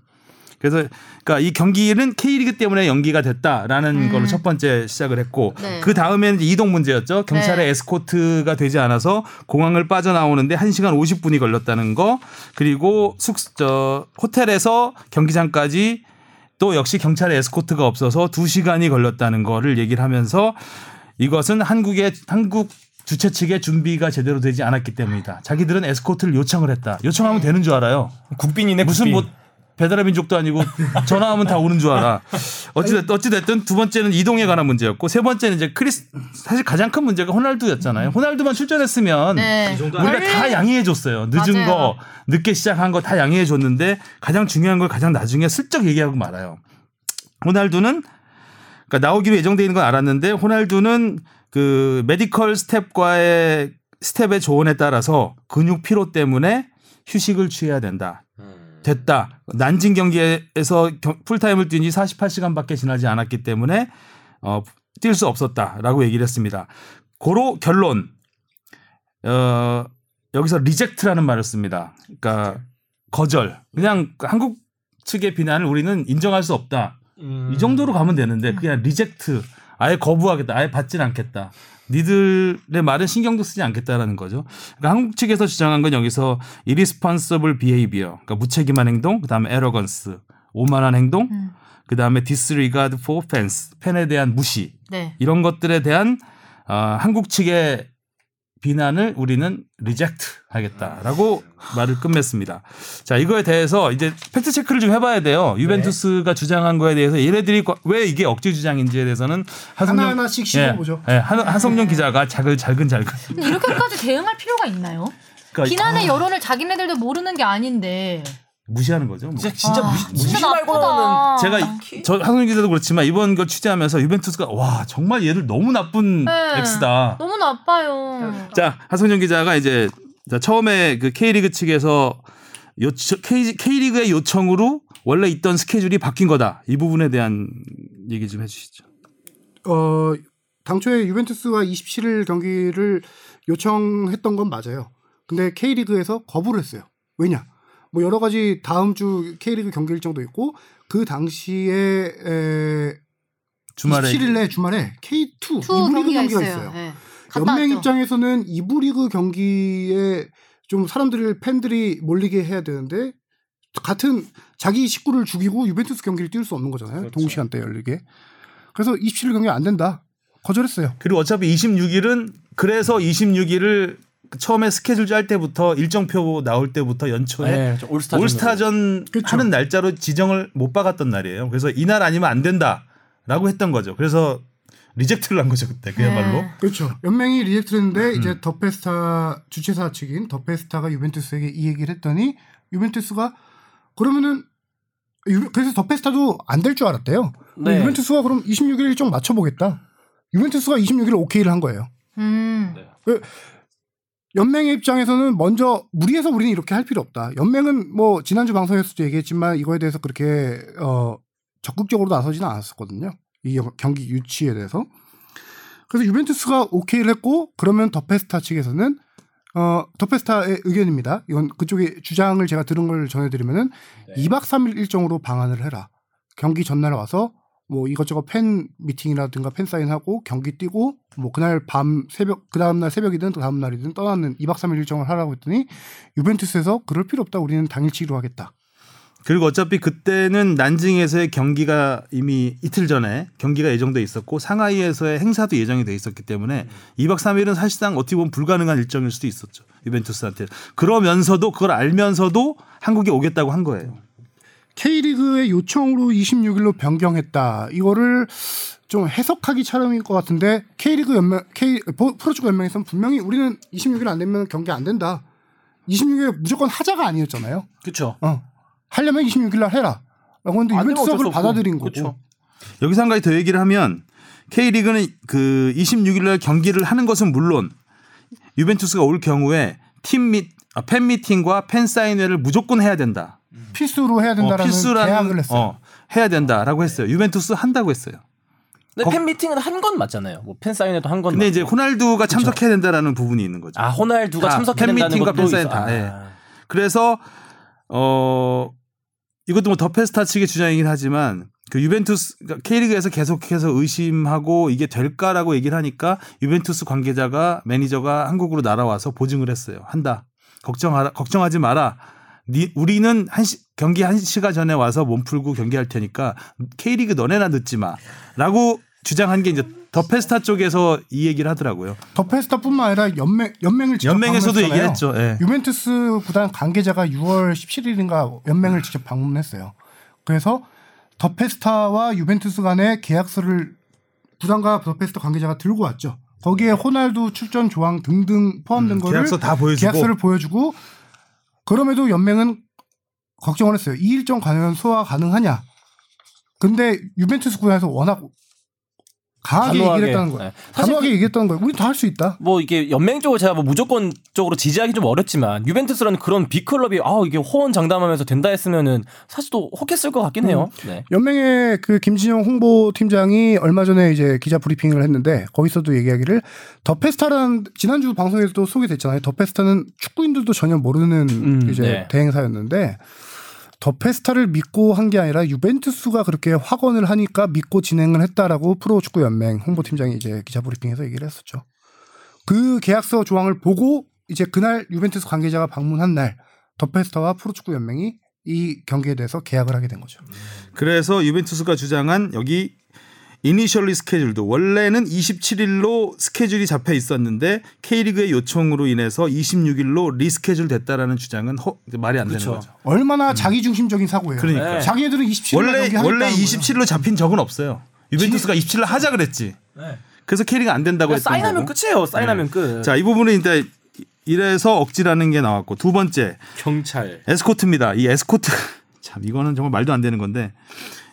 그래서 그러니까 이 경기는 K리그 때문에 연기가 됐다라는 걸로 첫 번째 시작을 했고 네. 그 다음에는 이제 이동 문제였죠. 경찰의 네. 에스코트가 되지 않아서 공항을 빠져나오는데 1시간 50분이 걸렸다는 거 그리고 숙저 호텔에서 경기장까지 또 역시 경찰의 에스코트가 없어서 두시간이 걸렸다는 거를 얘기를 하면서 이것은 한국의 한국 주최 측의 준비가 제대로 되지 않았기 때문이다. 자기들은 에스코트를 요청을 했다. 요청하면 되는 줄 알아요. 국빈이네 무슨 국빈. 뭐 배달의 민족도 아니고 (laughs) 전화하면 다 오는 줄 알아. 어찌됐든, 어찌됐든 두 번째는 이동에 관한 문제였고 세 번째는 이제 크리스 사실 가장 큰 문제가 호날두였잖아요. 호날두만 출전했으면 네. 우리가 다 양해해 줬어요. 늦은 맞아요. 거, 늦게 시작한 거 다 양해해 줬는데 가장 중요한 걸 가장 나중에 슬쩍 얘기하고 말아요. 호날두는 그러니까 나오기로 예정돼 있는 건 알았는데 호날두는 그 메디컬 스텝과의 스텝의 조언에 따라서 근육 피로 때문에 휴식을 취해야 된다. 음. 됐다. 난징 경기에서 경- 풀타임을 뛴 지 48시간밖에 지나지 않았기 때문에 어, 뛸 수 없었다라고 얘기를 했습니다. 고로 결론. 어, 여기서 리젝트라는 말을 씁니다. 그러니까 거절. 그냥 한국 측의 비난을 우리는 인정할 수 없다. 음. 이 정도로 가면 되는데 그냥 리젝트. 아예 거부하겠다. 아예 받진 않겠다. 니들의 말은 신경도 쓰지 않겠다라는 거죠. 그러니까 한국 측에서 주장한 건 여기서 irresponsible behavior, 그러니까 무책임한 행동, 그다음에 arrogance, 오만한 행동, 음. 그다음에 disregard for offense, 팬에 대한 무시, 네. 이런 것들에 대한 어, 한국 측의 비난을 우리는 리젝트 하겠다라고 말을 끝냈습니다. 자, 이거에 대해서 이제 팩트 체크를 좀 해봐야 돼요. 네. 유벤투스가 주장한 거에 대해서 얘네들이 과- 왜 이게 억지 주장인지에 대해서는 하성룡 하나하나씩 예, 씹어보죠. 네. 예, 한, 한성룡 기자가 자글자글 잘근 근데 이렇게까지 대응할 필요가 있나요? 그러니까 비난의 여론을 자기네들도 모르는 게 아닌데. 무시하는 거죠. 뭐. 진짜 진짜 아, 무시, 진짜 아, 무시 말고 나오는. 나쁘다. 제가 이- 저 한성룡 기자도 그렇지만 이번 걸 취재하면서 유벤투스가 와 정말 얘들 너무 나쁜 네. 엑스다. 너무 나빠요. 자, 하성준 기자가 이제 자, 처음에 그 K리그 측에서 요청, K, K리그의 요청으로 원래 있던 스케줄이 바뀐 거다. 이 부분에 대한 얘기 좀 해주시죠. 어 당초에 유벤투스와 27일 경기를 요청했던 건 맞아요. 근데 K리그에서 거부를 했어요. 왜냐? 뭐 여러 가지 다음 주 K리그 경기 일정도 있고 그 당시에 에, 주말에 27일 날 주말에 K2 투 이부 리그 경기가 경기가 있어요. 있어요. 네. 갔다 연맹 왔죠. 입장에서는 이부 리그 경기에 좀 사람들을 팬들이 몰리게 해야 되는데 같은 자기 식구를 죽이고 유벤투스 경기를 뛸 수 없는 거잖아요. 그렇죠. 동시간대 열리게. 그래서 27일 경기 안 된다. 거절했어요. 그리고 어차피 26일은 그래서 26일을 그 처음에 스케줄 짤 때부터 일정표 나올 때부터 연초에 네, 저 올스타전. 올스타전 하는 날짜로 지정을 못 박았던 날이에요. 그래서 이날 아니면 안 된다라고 했던 거죠. 그래서 리젝트를 한 거죠 그때 그야말로. 네. 그렇죠. 연맹이 리젝트를 했는데 이제 더페스타 주최사 측인 더페스타가 유벤투스에게 이 얘기를 했더니 유벤투스가 그러면은 유- 그래서 더페스타도 안 될 줄 알았대요. 네. 유벤투스가 그럼 26일 일정 맞춰보겠다. 유벤투스가 26일 오케이를 한 거예요. 음. 네. 연맹의 입장에서는 먼저 무리해서 우리는 이렇게 할 필요 없다. 연맹은 뭐 지난주 방송에서도 얘기했지만 이거에 대해서 그렇게 어 적극적으로 나서지는 않았었거든요. 이 경- 경기 유치에 대해서. 그래서 유벤투스가 오케이를 했고 그러면 더페스타 측에서는 어 더페스타의 의견입니다. 이건 그쪽의 주장을 제가 들은 걸 전해드리면은 2박 3일 일정으로 방안을 해라. 경기 전날 와서 뭐 이것저것 팬 미팅이라든가 팬 사인하고 경기 뛰고 뭐 그날 밤 새벽 그 다음 날 새벽이든 또 다음 날이든 떠나는 2박 3일 일정을 하라고 했더니 유벤투스에서 그럴 필요 없다. 우리는 당일치기로 하겠다. 그리고 어차피 그때는 난징에서의 경기가 이미 이틀 전에 경기가 예정돼 있었고 상하이에서의 행사도 예정이 돼 있었기 때문에 2박 3일은 사실상 어떻게 보면 불가능한 일정일 수도 있었죠. 유벤투스한테. 그러면서도 그걸 알면서도 한국에 오겠다고 한 거예요. K리그의 요청으로 26일로 변경했다. 이거를 좀 해석하기 차름인 것 같은데 K리그 연맹 K 보- 프로축구 연맹에서는 분명히 우리는 26일 안 되면 경기 안 된다. 26일 무조건 하자가 아니었잖아요. 그렇죠. 어. 하려면 26일 날 해라. 라고 했는데 안 되면 유벤투스가 어쩔 수 그걸 없고. 받아들인 거고. 그쵸. 여기서 한 가지 더 얘기를 하면 K리그는 그 26일 날 경기를 하는 것은 물론 유벤투스가 올 경우에 팀및 아, 팬 미팅과 팬 사인회를 무조건 해야 된다. 필수로 해야 어, 된다라는 계약을 했어요. 어, 해야 된다라고 했어요. 유벤투스 한다고 했어요. 근데 팬 미팅은 한 건 맞잖아요. 뭐팬 사인회도 한 건. 근데 이제 호날두가 참석해야 된다라는 부분이 있는 거죠. 아 호날두가 다, 참석해야 팬 된다는 미팅과 것도 팬 사인 있어. 다, 아, 예. 그래서 어 이것도 뭐 더페스타 측의 주장이긴 하지만 그 유벤투스 그러니까 K리그에서 계속해서 의심하고 이게 될까라고 얘기를 하니까 유벤투스 관계자가 매니저가 한국으로 날아와서 보증을 했어요. 한다. 걱정하라 걱정하지 마라. 니- 우리는 한 시- 경기 한 시간 전에 와서 몸 풀고 경기할 테니까 K리그 너네나 늦지 마라고 주장한 게 이제 더 페스타 쪽에서 이 얘기를 하더라고요. 더 페스타뿐만 아니라 연맹 연맹을 직접 연맹에서도 방문했잖아요. 얘기를 했죠. 예. 유벤투스 구단 관계자가 6월 17일인가 네. 연맹을 직접 방문했어요. 그래서 더 페스타와 유벤투스 간의 계약서를 구단과 더 페스타 관계자가 들고 왔죠. 거기에 호날두 출전 조항 등등 포함된 거를 네. 음, 계약서 다 보여주고 계약서를 보여주고 그럼에도 연맹은 걱정을 했어요. 이 일정 관련 소화 가능하냐? 근데 유벤투스 구단에서 워낙 강하게 얘기를 했다는 거예요. 네. 사실 단호하게 얘기했다는 거예요. 우리 다 할 수 있다. 뭐 이게 연맹 쪽을 제가 뭐 무조건적으로 지지하기 좀 어렵지만 유벤투스라는 그런 빅클럽이 아 이게 호언장담하면서 된다 했으면은 사실 또 혹했을 것 같긴 해요. 네. 연맹의 그 김진영 홍보팀장이 얼마 전에 이제 기자 브리핑을 했는데 거기서도 얘기하기를 더 페스타라는 지난주 방송에서도 소개됐잖아요. 더 페스타는 축구인들도 전혀 모르는 음, 이제 네. 대행사였는데 더 페스타를 믿고 한 게 아니라 유벤투스가 그렇게 확언을 하니까 믿고 진행을 했다라고 프로축구 연맹 홍보팀장이 이제 기자 브리핑에서 얘기를 했었죠. 그 계약서 조항을 보고 이제 그날 유벤투스 관계자가 방문한 날 더 페스타와 프로축구 연맹이 이 경기에 대해서 계약을 하게 된 거죠. 그래서 유벤투스가 주장한 여기 이니셜리 스케줄도 원래는 27일로 스케줄이 잡혀 있었는데 K리그의 요청으로 인해서 26일로 리스케줄 됐다라는 주장은 허- 이제 말이 안 그렇죠. 되는 거죠. 얼마나 자기 중심적인 사고예요. 그러니까요. 네. 자기네들은 27일 원래 원래 27일로 잡힌 적은 없어요. 유벤투스가 27일 하자 그랬지. 그래서 K리그 안 된다고 했던 그러니까 사인하면 거고. 끝이에요. 사인하면 끝. 네. 자, 이 부분은 이제 이래서 억지라는 게 나왔고 두 번째 경찰. 에스코트입니다. 이 에스코트 (laughs) 참 이거는 정말 말도 안 되는 건데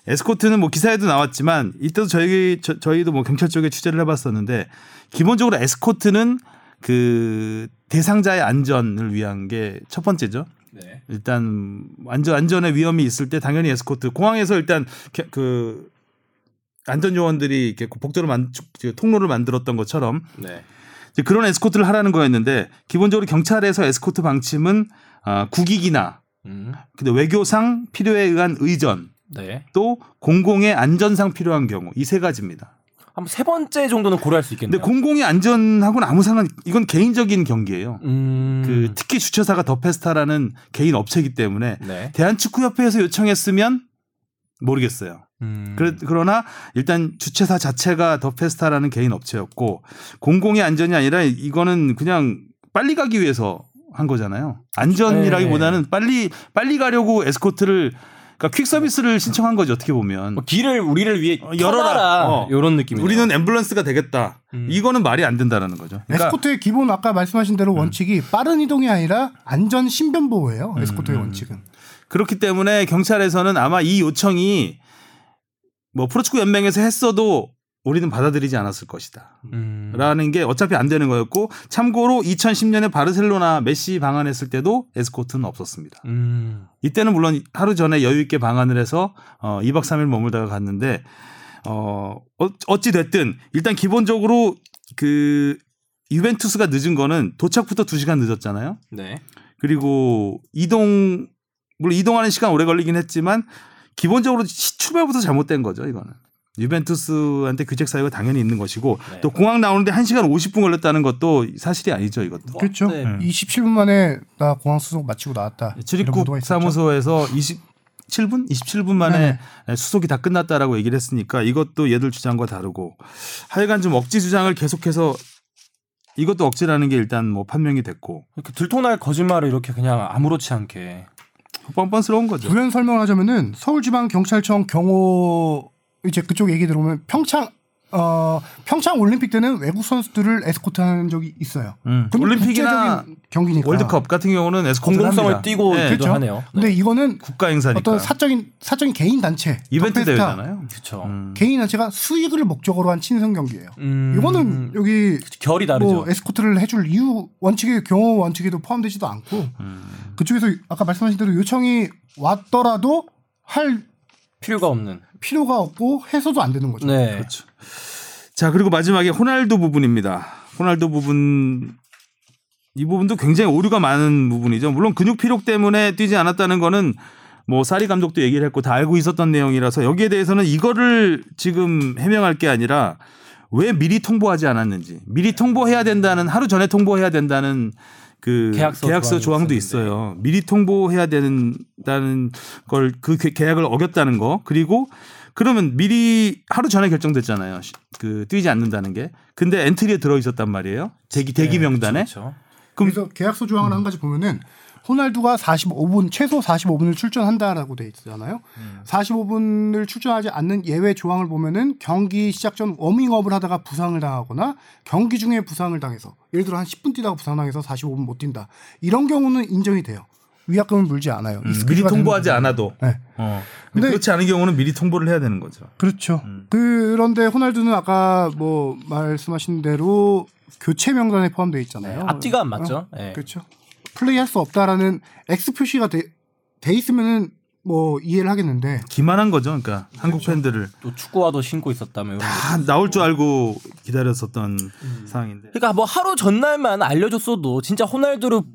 에스코트는 뭐 기사에도 나왔지만 이때도 저희 저, 저희도 뭐 경찰 쪽에 취재를 해봤었는데 기본적으로 에스코트는 그 대상자의 안전을 위한 게 첫 번째죠. 네. 일단 안전 안전의 위험이 있을 때 당연히 에스코트 공항에서 일단 게- 그 안전 요원들이 이렇게 그 복도를 만 통로를 만들었던 것처럼 네. 이제 그런 에스코트를 하라는 거였는데 기본적으로 경찰에서 에스코트 방침은 아, 국익이나 음. 근데 외교상 필요에 의한 의전 네. 또 공공의 안전상 필요한 경우 이 세 가지입니다. 한번 세 번째 정도는 고려할 수 근데 있겠네요. 공공의 안전하고는 아무 상관 이건 개인적인 경기예요. 음. 그 특히 주최사가 더 페스타라는 개인 업체이기 때문에 네. 대한축구협회에서 요청했으면 모르겠어요. 음. 그래- 그러나 일단 주최사 자체가 더 페스타라는 개인 업체였고 공공의 안전이 아니라 이거는 그냥 빨리 가기 위해서 한 거잖아요. 안전이라기보다는 네. 빨리 빨리 가려고 에스코트를 그러니까 퀵 서비스를 신청한 거지 어떻게 보면 뭐 길을 우리를 위해 어, 열어라. 열어라. 어. 이런 음. 느낌이. 우리는 앰뷸런스가 되겠다. 이거는 말이 안 된다라는 거죠. 그러니까 에스코트의 기본 아까 말씀하신 대로 원칙이 빠른 이동이 아니라 안전 신변 음. 보호예요. 에스코트의 원칙은. 그렇기 때문에 경찰에서는 아마 이 요청이 뭐 프로축구 연맹에서 했어도 우리는 받아들이지 않았을 것이다. 음. 라는 게 어차피 안 되는 거였고 참고로 2010년에 바르셀로나 메시 방한했을 때도 에스코트는 없었습니다. 음. 이때는 물론 하루 전에 여유 있게 방한을 해서 어 2박 3일 머물다가 갔는데 어 어- 어찌 됐든 일단 기본적으로 그 유벤투스가 늦은 거는 도착부터 2시간 늦었잖아요. 네. 그리고 이동 물론 이동하는 시간 오래 걸리긴 했지만 기본적으로 시- 출발부터 잘못된 거죠 이거는 유벤투스한테 규책 사유가 당연히 있는 것이고 네. 또 공항 나오는데 1시간 50분 걸렸다는 것도 사실이 아니죠 이것도 그렇죠. 네. 음. 27분 만에 나 공항 수속 마치고 나왔다. 이런 보도가 예, 출입국 있었죠. 네. 사무소에서 27분 27분 만에 예, 수속이 다 끝났다라고 얘기를 했으니까 이것도 얘들 주장과 다르고 하여간 좀 억지 주장을 계속해서 이것도 억지라는 게 일단 뭐 판명이 됐고 이렇게 들통날 거짓말을 이렇게 그냥 아무렇지 않게. 뻔뻔스러운 거죠. 부연 설명하자면은 서울지방경찰청 경호 이제 그쪽 얘기 들어보면 평창 어 평창 올림픽 때는 외국 선수들을 에스코트하는 적이 있어요. 음. 근데 올림픽이나 국제적인 경기니까. 월드컵 같은 경우는 에스코트를 공공성을 합니다. 띄고 네. 그렇죠. 하네요. 근데 이거는 국가 행사니까 어떤 사적인 사적인 개인 단체 그러니까. 이벤트 덕페스타 대회잖아요. 음. 그렇죠. 음. 개인 단체가 수익을 목적으로 한 친선 경기예요. 음. 이거는 여기 결이 다르죠. 뭐 에스코트를 해줄 이유 원칙에 경호 원칙에도 포함되지도 않고 음. 그쪽에서 아까 말씀하신 대로 요청이 왔더라도 할 필요가 없는. 필요가 없고 해서도 안 되는 거죠. 네. 그렇죠. 자 그리고 마지막에 호날두 부분입니다. 호날두 부분 이 부분도 굉장히 오류가 많은 부분이죠. 물론 근육 피록 때문에 뛰지 않았다는 거는 뭐 사리 감독도 얘기를 했고 다 알고 있었던 내용이라서 여기에 대해서는 이거를 지금 해명할 게 아니라 왜 미리 통보하지 않았는지 미리 통보해야 된다는 하루 전에 통보해야 된다는 그 계약서 계약서, 조항이 조항도 있었는데. 있어요. 미리 통보해야 된다는 걸 그 계약을 어겼다는 거 그리고 그러면 미리 하루 전에 결정됐잖아요. 시- 그 뛰지 않는다는 게. 근데 엔트리에 들어 있었단 말이에요. 대기 대기 명단에. 그렇죠. 네, 그럼- 그래서 계약서 조항을 한 가지 보면은 호날두가 45분 최소 45분을 출전한다라고 돼 있잖아요. 음. 45분을 출전하지 않는 예외 조항을 보면은 경기 시작 전 워밍업을 하다가 부상을 당하거나 경기 중에 부상을 당해서 예를 들어 한 10분 뛰다가 부상당해서 45분 못 뛴다. 이런 경우는 인정이 돼요. 위약금을 물지 않아요. 음, 리스크가 미리 되는 통보하지 거죠. 않아도. 네. 어. 근데- 그렇지 않은 경우는 미리 통보를 해야 되는 거죠. 그렇죠. 음. 그런데 호날두는 아까 뭐 말씀하신 대로 교체 명단에 포함되어 네, 있잖아요. 앞뒤가 안 맞죠. 예. 그렇죠. 플레이할 수 없다라는 X 표시가 돼, 돼 있으면은 뭐 이해를 하겠는데 기만한 거죠. 그러니까 한국 팬들을 또 축구화도 신고 있었다며. 다 나올 줄 알고 기다렸었던 상황인데. 그러니까 뭐 하루 전날만 알려줬어도 진짜 호날두만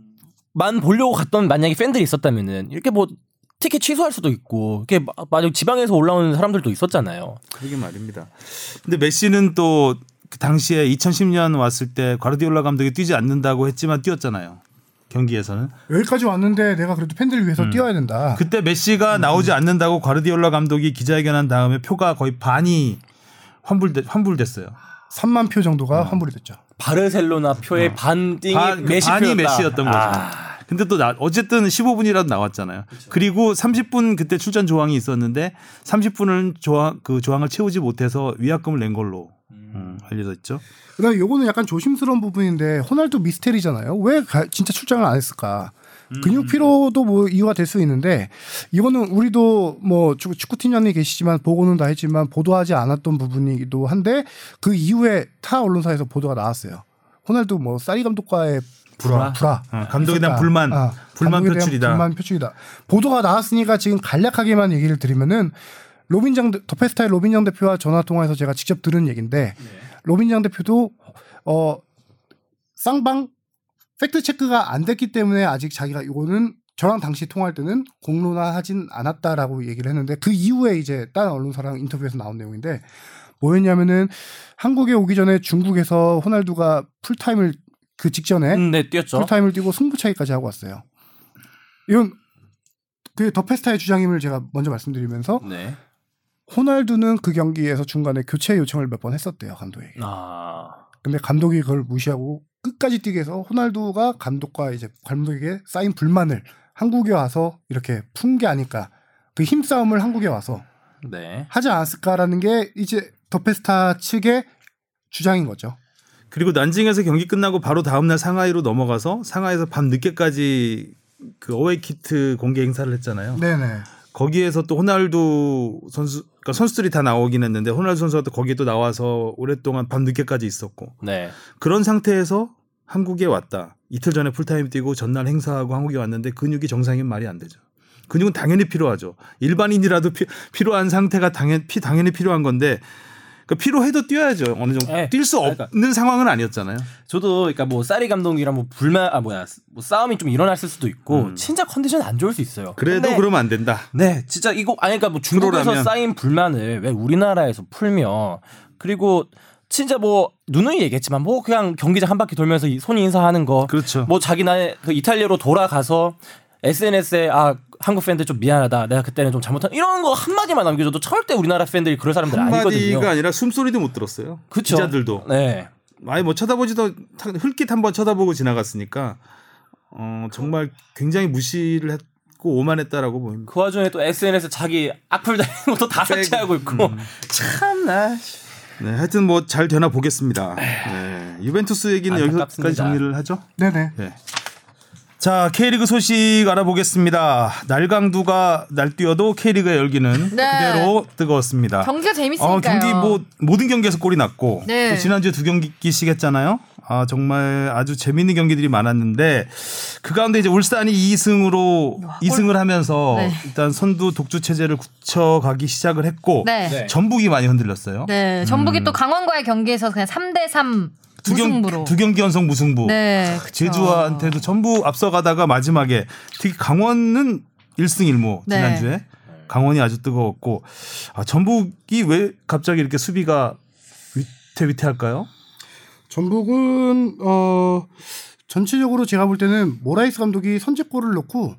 보려고 갔던 만약에 팬들이 있었다면은 이렇게 뭐 티켓 취소할 수도 있고 이렇게 마- 만약 지방에서 올라오는 사람들도 있었잖아요. 그러게 말입니다. 근데 메시는 또그 당시에 2010년 왔을 때 과르디올라 감독이 뛰지 않는다고 했지만 뛰었잖아요. 경기에서는 여기까지 왔는데 내가 그래도 팬들을 위해서 뛰어야 된다. 그때 메시가 음. 나오지 않는다고 과르디올라 감독이 기자회견한 다음에 표가 거의 반이 환불돼, 환불됐어요. 3만 표 정도가 환불이 됐죠. 바르셀로나 표의 어. 반띵이 반, 그 메시 반이 표였다. 메시였던 거죠. 아, 그렇죠. 근데 또 나, 어쨌든 15분이라도 나왔잖아요. 그리고 30분 그때 출전 조항이 있었는데 30분은 조항 그 조항을 채우지 못해서 위약금을 낸 걸로 음, 알려져 있죠. 그다음에 요거는 약간 조심스러운 부분인데 호날두 미스테리잖아요. 왜 가- 진짜 출장을 안 했을까? 음. 근육 피로도 뭐 이유가 될 수 있는데 이거는 우리도 뭐 축- 축구팀장님 계시지만 보고는 다 했지만 보도하지 않았던 부분이기도 한데 그 이후에 타 언론사에서 보도가 나왔어요. 호날두 뭐 사리 감독과의 불화, 불화. 어, 감독에 대한 불만, 아, 불만 감독에 대한 표출이다. 불만 표출이다. 보도가 나왔으니까 지금 간략하게만 얘기를 드리면은 로빈장 더 페스타의 로빈장 대표와 전화 통화에서 제가 직접 들은 얘기인데 로빈장 대표도 어 쌍방 팩트 체크가 안 됐기 때문에 아직 자기가 이거는 저랑 당시 통화할 때는 공론화하진 않았다라고 얘기를 했는데 그 이후에 이제 다른 언론사랑 인터뷰에서 나온 내용인데 뭐였냐면은 한국에 오기 전에 중국에서 호날두가 풀타임을 그 직전에 음, 네 뛰었죠. 풀타임을 뛰고 승부차기까지 하고 왔어요. 이건 그 더 페스타의 주장임을 제가 먼저 말씀드리면서 네. 호날두는 그 경기에서 중간에 교체 요청을 몇 번 했었대요 감독에게. 아 근데 감독이 그걸 무시하고 끝까지 뛰게 해서 호날두가 감독과 이제 감독에게 쌓인 불만을 한국에 와서 이렇게 푼 게 아닐까. 그 힘싸움을 한국에 와서 네. 하지 않았을까라는 게 이제 더 페스타 측의 주장인 거죠. 그리고 난징에서 경기 끝나고 바로 다음날 상하이로 넘어가서 상하이에서 밤 늦게까지 그 어웨이 키트 공개 행사를 했잖아요. 네네. 거기에서 또 호날두 선수 그러니까 선수들이 다 나오긴 했는데 호날두 선수가 또 거기에 또 나와서 오랫동안 밤 늦게까지 있었고 네. 그런 상태에서 한국에 왔다. 이틀 전에 풀타임 뛰고 전날 행사하고 한국에 왔는데 근육이 정상인 말이 안 되죠. 근육은 당연히 필요하죠. 일반인이라도 피, 필요한 상태가 당연 피 당연히 필요한 건데 그 필요해도 뛰어야죠. 어느 네. 정도 뛸 수 없는 상황은 아니었잖아요. 저도 그러니까 뭐 사리 감독이랑 뭐 불만 아 뭐야 뭐 싸움이 좀 일어났을 수도 있고 음. 진짜 컨디션 안 좋을 수 있어요. 그래도 근데 그러면 안 된다. 네, 진짜 이거 아니 그러니까 뭐 중국에서 프로라면. 쌓인 불만을 왜 우리나라에서 풀며 그리고 진짜 뭐 누누이 얘기했지만 뭐 그냥 경기장 한 바퀴 돌면서 이- 손 인사하는 거 뭐 그렇죠. 자기 나의 그 이탈리아로 돌아가서 SNS에 아 한국 팬들 좀 미안하다 내가 그때는 좀 잘못한 이런 거 한마디만 남겨줘도 절대 우리나라 팬들이 그럴 사람들 아니거든요. 한마디가 아니라 숨소리도 못 들었어요. 그쵸. 기자들도 네. 아예 뭐 쳐다보지도 탁- 흘낏 한번 쳐다보고 지나갔으니까 어, 정말 굉장히 무시를 했고 오만했다라고 보입니다. 그 와중에 또 SNS 에 자기 악플 달리는 것도 다 삭제하고 있고 음. 참나 네, 하여튼 뭐 잘 되나 보겠습니다. 네, 유벤투스 얘기는 안타깝습니다. 여기까지 정리를 하죠. 네네. 네. 자 K리그 소식 알아보겠습니다. 날강두가 날뛰어도 K리그의 열기는 네. 그대로 뜨거웠습니다. 경기가 재밌으니까요. 어, 경기 뭐 모든 경기에서 골이 났고 네. 또 지난주에 두 경기씩 했잖아요. 아 정말 아주 재밌는 경기들이 많았는데 그 가운데 이제 울산이 2승으로 2승을 하면서 네. 일단 선두 독주 체제를 굳혀가기 시작을 했고 네. 네. 전북이 많이 흔들렸어요. 네, 전북이 또 강원과의 경기에서 그냥 3대 3 음. 두, 경, 무승부로. 두 경기 연속 무승부. 네, 그쵸. 제주한테도 전부 앞서가다가 마지막에 특히 강원은 1승 1무 네. 지난주에 강원이 아주 뜨거웠고 아, 전북이 왜 갑자기 이렇게 수비가 위태위태할까요? 전북은 어 전체적으로 제가 볼 때는 모라이스 감독이 선제골을 넣고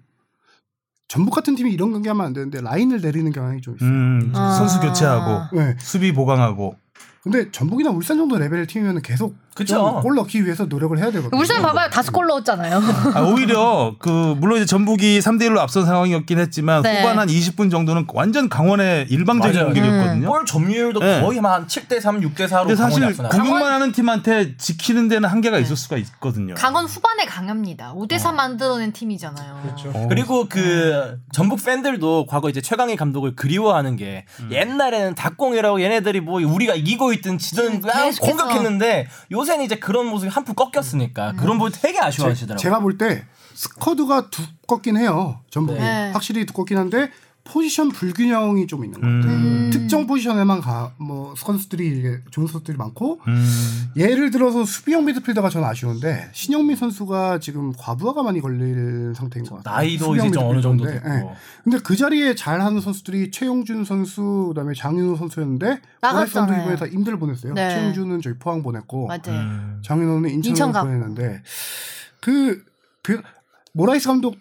전북 같은 팀이 이런 경기하면 안 되는데 라인을 내리는 경향이 좀 있어요. 음, 아. 선수 교체하고 네. 수비 보강하고 근데 전북이나 울산 정도 레벨의 팀이면 계속 그쵸. 골 넣기 위해서 노력을 해야 그 음. 되거든요. 울산 봐봐요. 다섯 골 넣었잖아요. 아, 오히려 그 물론 이제 전북이 3대 1로 앞선 상황이었긴 했지만 네. 후반 한 20분 정도는 완전 강원의 일방적인 맞아요. 공격이었거든요. 골 점유율도 네. 거의 한 7대 3, 6대 4로 근데 사실 강원이 공격만 앞서나가. 하는 팀한테 지키는 데는 한계가 있을 수가 있거든요. (laughs) 네. 강원 후반에 강합니다. 5대4 만들어낸 팀이잖아요. 그렇죠. 어. 그리고 그 전북 팬들도 과거 이제 최강희 감독을 그리워하는 게 옛날에는 닭공이라고 얘네들이 뭐 우리가 이기고 있던 음, 지던 막 계속해서. 공격했는데 요새는 이제 그런 모습이 한풀 꺾였으니까 그런 모습 되게 아쉬워하시더라고요. 음. 제가 볼 때 스쿼드가 두껍긴 해요. 전북이 네. 확실히 두껍긴 한데 포지션 불균형이 좀 있는 것 같아요. 음. 특정 포지션에만 가뭐 선수들이 이게 좋은 선수들이 많고 음. 예를 들어서 수비형 미드필더가 저는 아쉬운데 신영민 선수가 지금 과부하가 많이 걸릴 상태인 것 같아요. 나이도 수비형 이제 좀 어느 정도 됐고. 미드필더인데, 예. 근데 그 자리에 잘하는 선수들이 최용준 선수 그다음에 장윤호 선수였는데 나갔잖아요. 선수 이번에 다 임대를 보냈어요. 네. 최용준은 저희 포항 보냈고 맞아요. 음. 음. 장윤호는 인천 인천으로 가고. 보냈는데 그, 그 모라이스 감독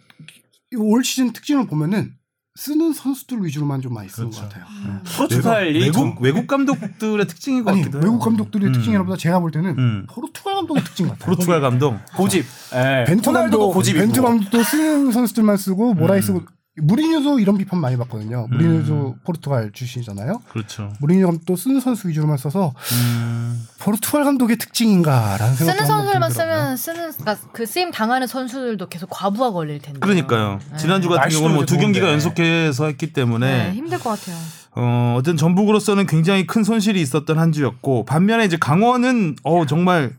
올 시즌 특징을 보면은 쓰는 선수들 위주로만 좀 많이 쓰는 그렇죠. 것 같아요. 음. 네. 포르투갈이 전- 외국 외국 감독들의 특징인 것 아니 같기도 해요. 외국 감독들의 음. 특징이라보다 제가 볼 때는 음. 포르투갈 감독의 특징 같아요. 네. 포르투갈 감독. 고집. 예. 아, 벤투 호날두도 감독, 고집이고. 벤투 감독도 쓰는 선수들만 쓰고 음. 모라이스 무리뉴도 이런 비판 많이 받거든요. 무리뉴도 포르투갈 출신이잖아요. 그렇죠. 무리뉴 감독도 쓰는 선수 위주로만 써서 음. 포르투갈 감독의 특징인가라는 생각. 쓰는 선수들만 쓰면 쓰는 그러니까 그 쓰임 당하는 선수들도 계속 과부하 걸릴 텐데. 그러니까요. 지난주 같은 날씨도 경우는 뭐 두 좋은데. 경기가 연속해서 했기 때문에 네, 힘들 것 같아요. 어, 어쨌든 전북으로서는 굉장히 큰 손실이 있었던 한 주였고 반면에 이제 강원은 어 정말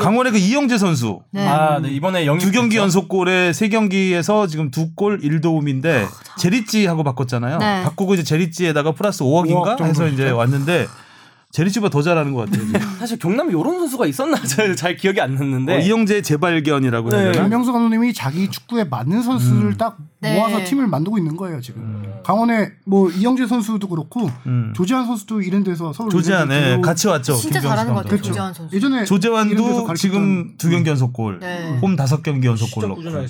강원의 그 이영재 선수 네. 아, 음. 네. 이번에 영입 두 경기 됐죠? 연속골에 세 경기에서 지금 두 골 1도움인데 제리찌하고 바꿨잖아요. 네. 바꾸고 이제 제리찌에다가 플러스 5억인가 정도 해서 이제 왔는데 제리찌보다 더 잘하는 것 같아요. 지금. 사실 경남에 이런 선수가 있었나 (laughs) 잘, 잘 기억이 안 났는데 어, 이영재 재발견이라고 해야 네. 되나? 김명수 감독님이 자기 축구에 맞는 선수를 음. 딱 네. 모아서 팀을 만들고 있는 거예요 지금. 강원의 뭐 이영재 선수도 그렇고 음. 조재환 선수도 이런 데서 서울 조재환, 이런 데서 예, 같이 왔죠. 진짜 김병수 잘하는 것 감독. 그 같아요. 조재환 선수. 예전에 이런 데서 조재환도 가르쳤던- 지금 두 경기 연속골, 네. 홈 다섯 경기 연속골 넣고. 네.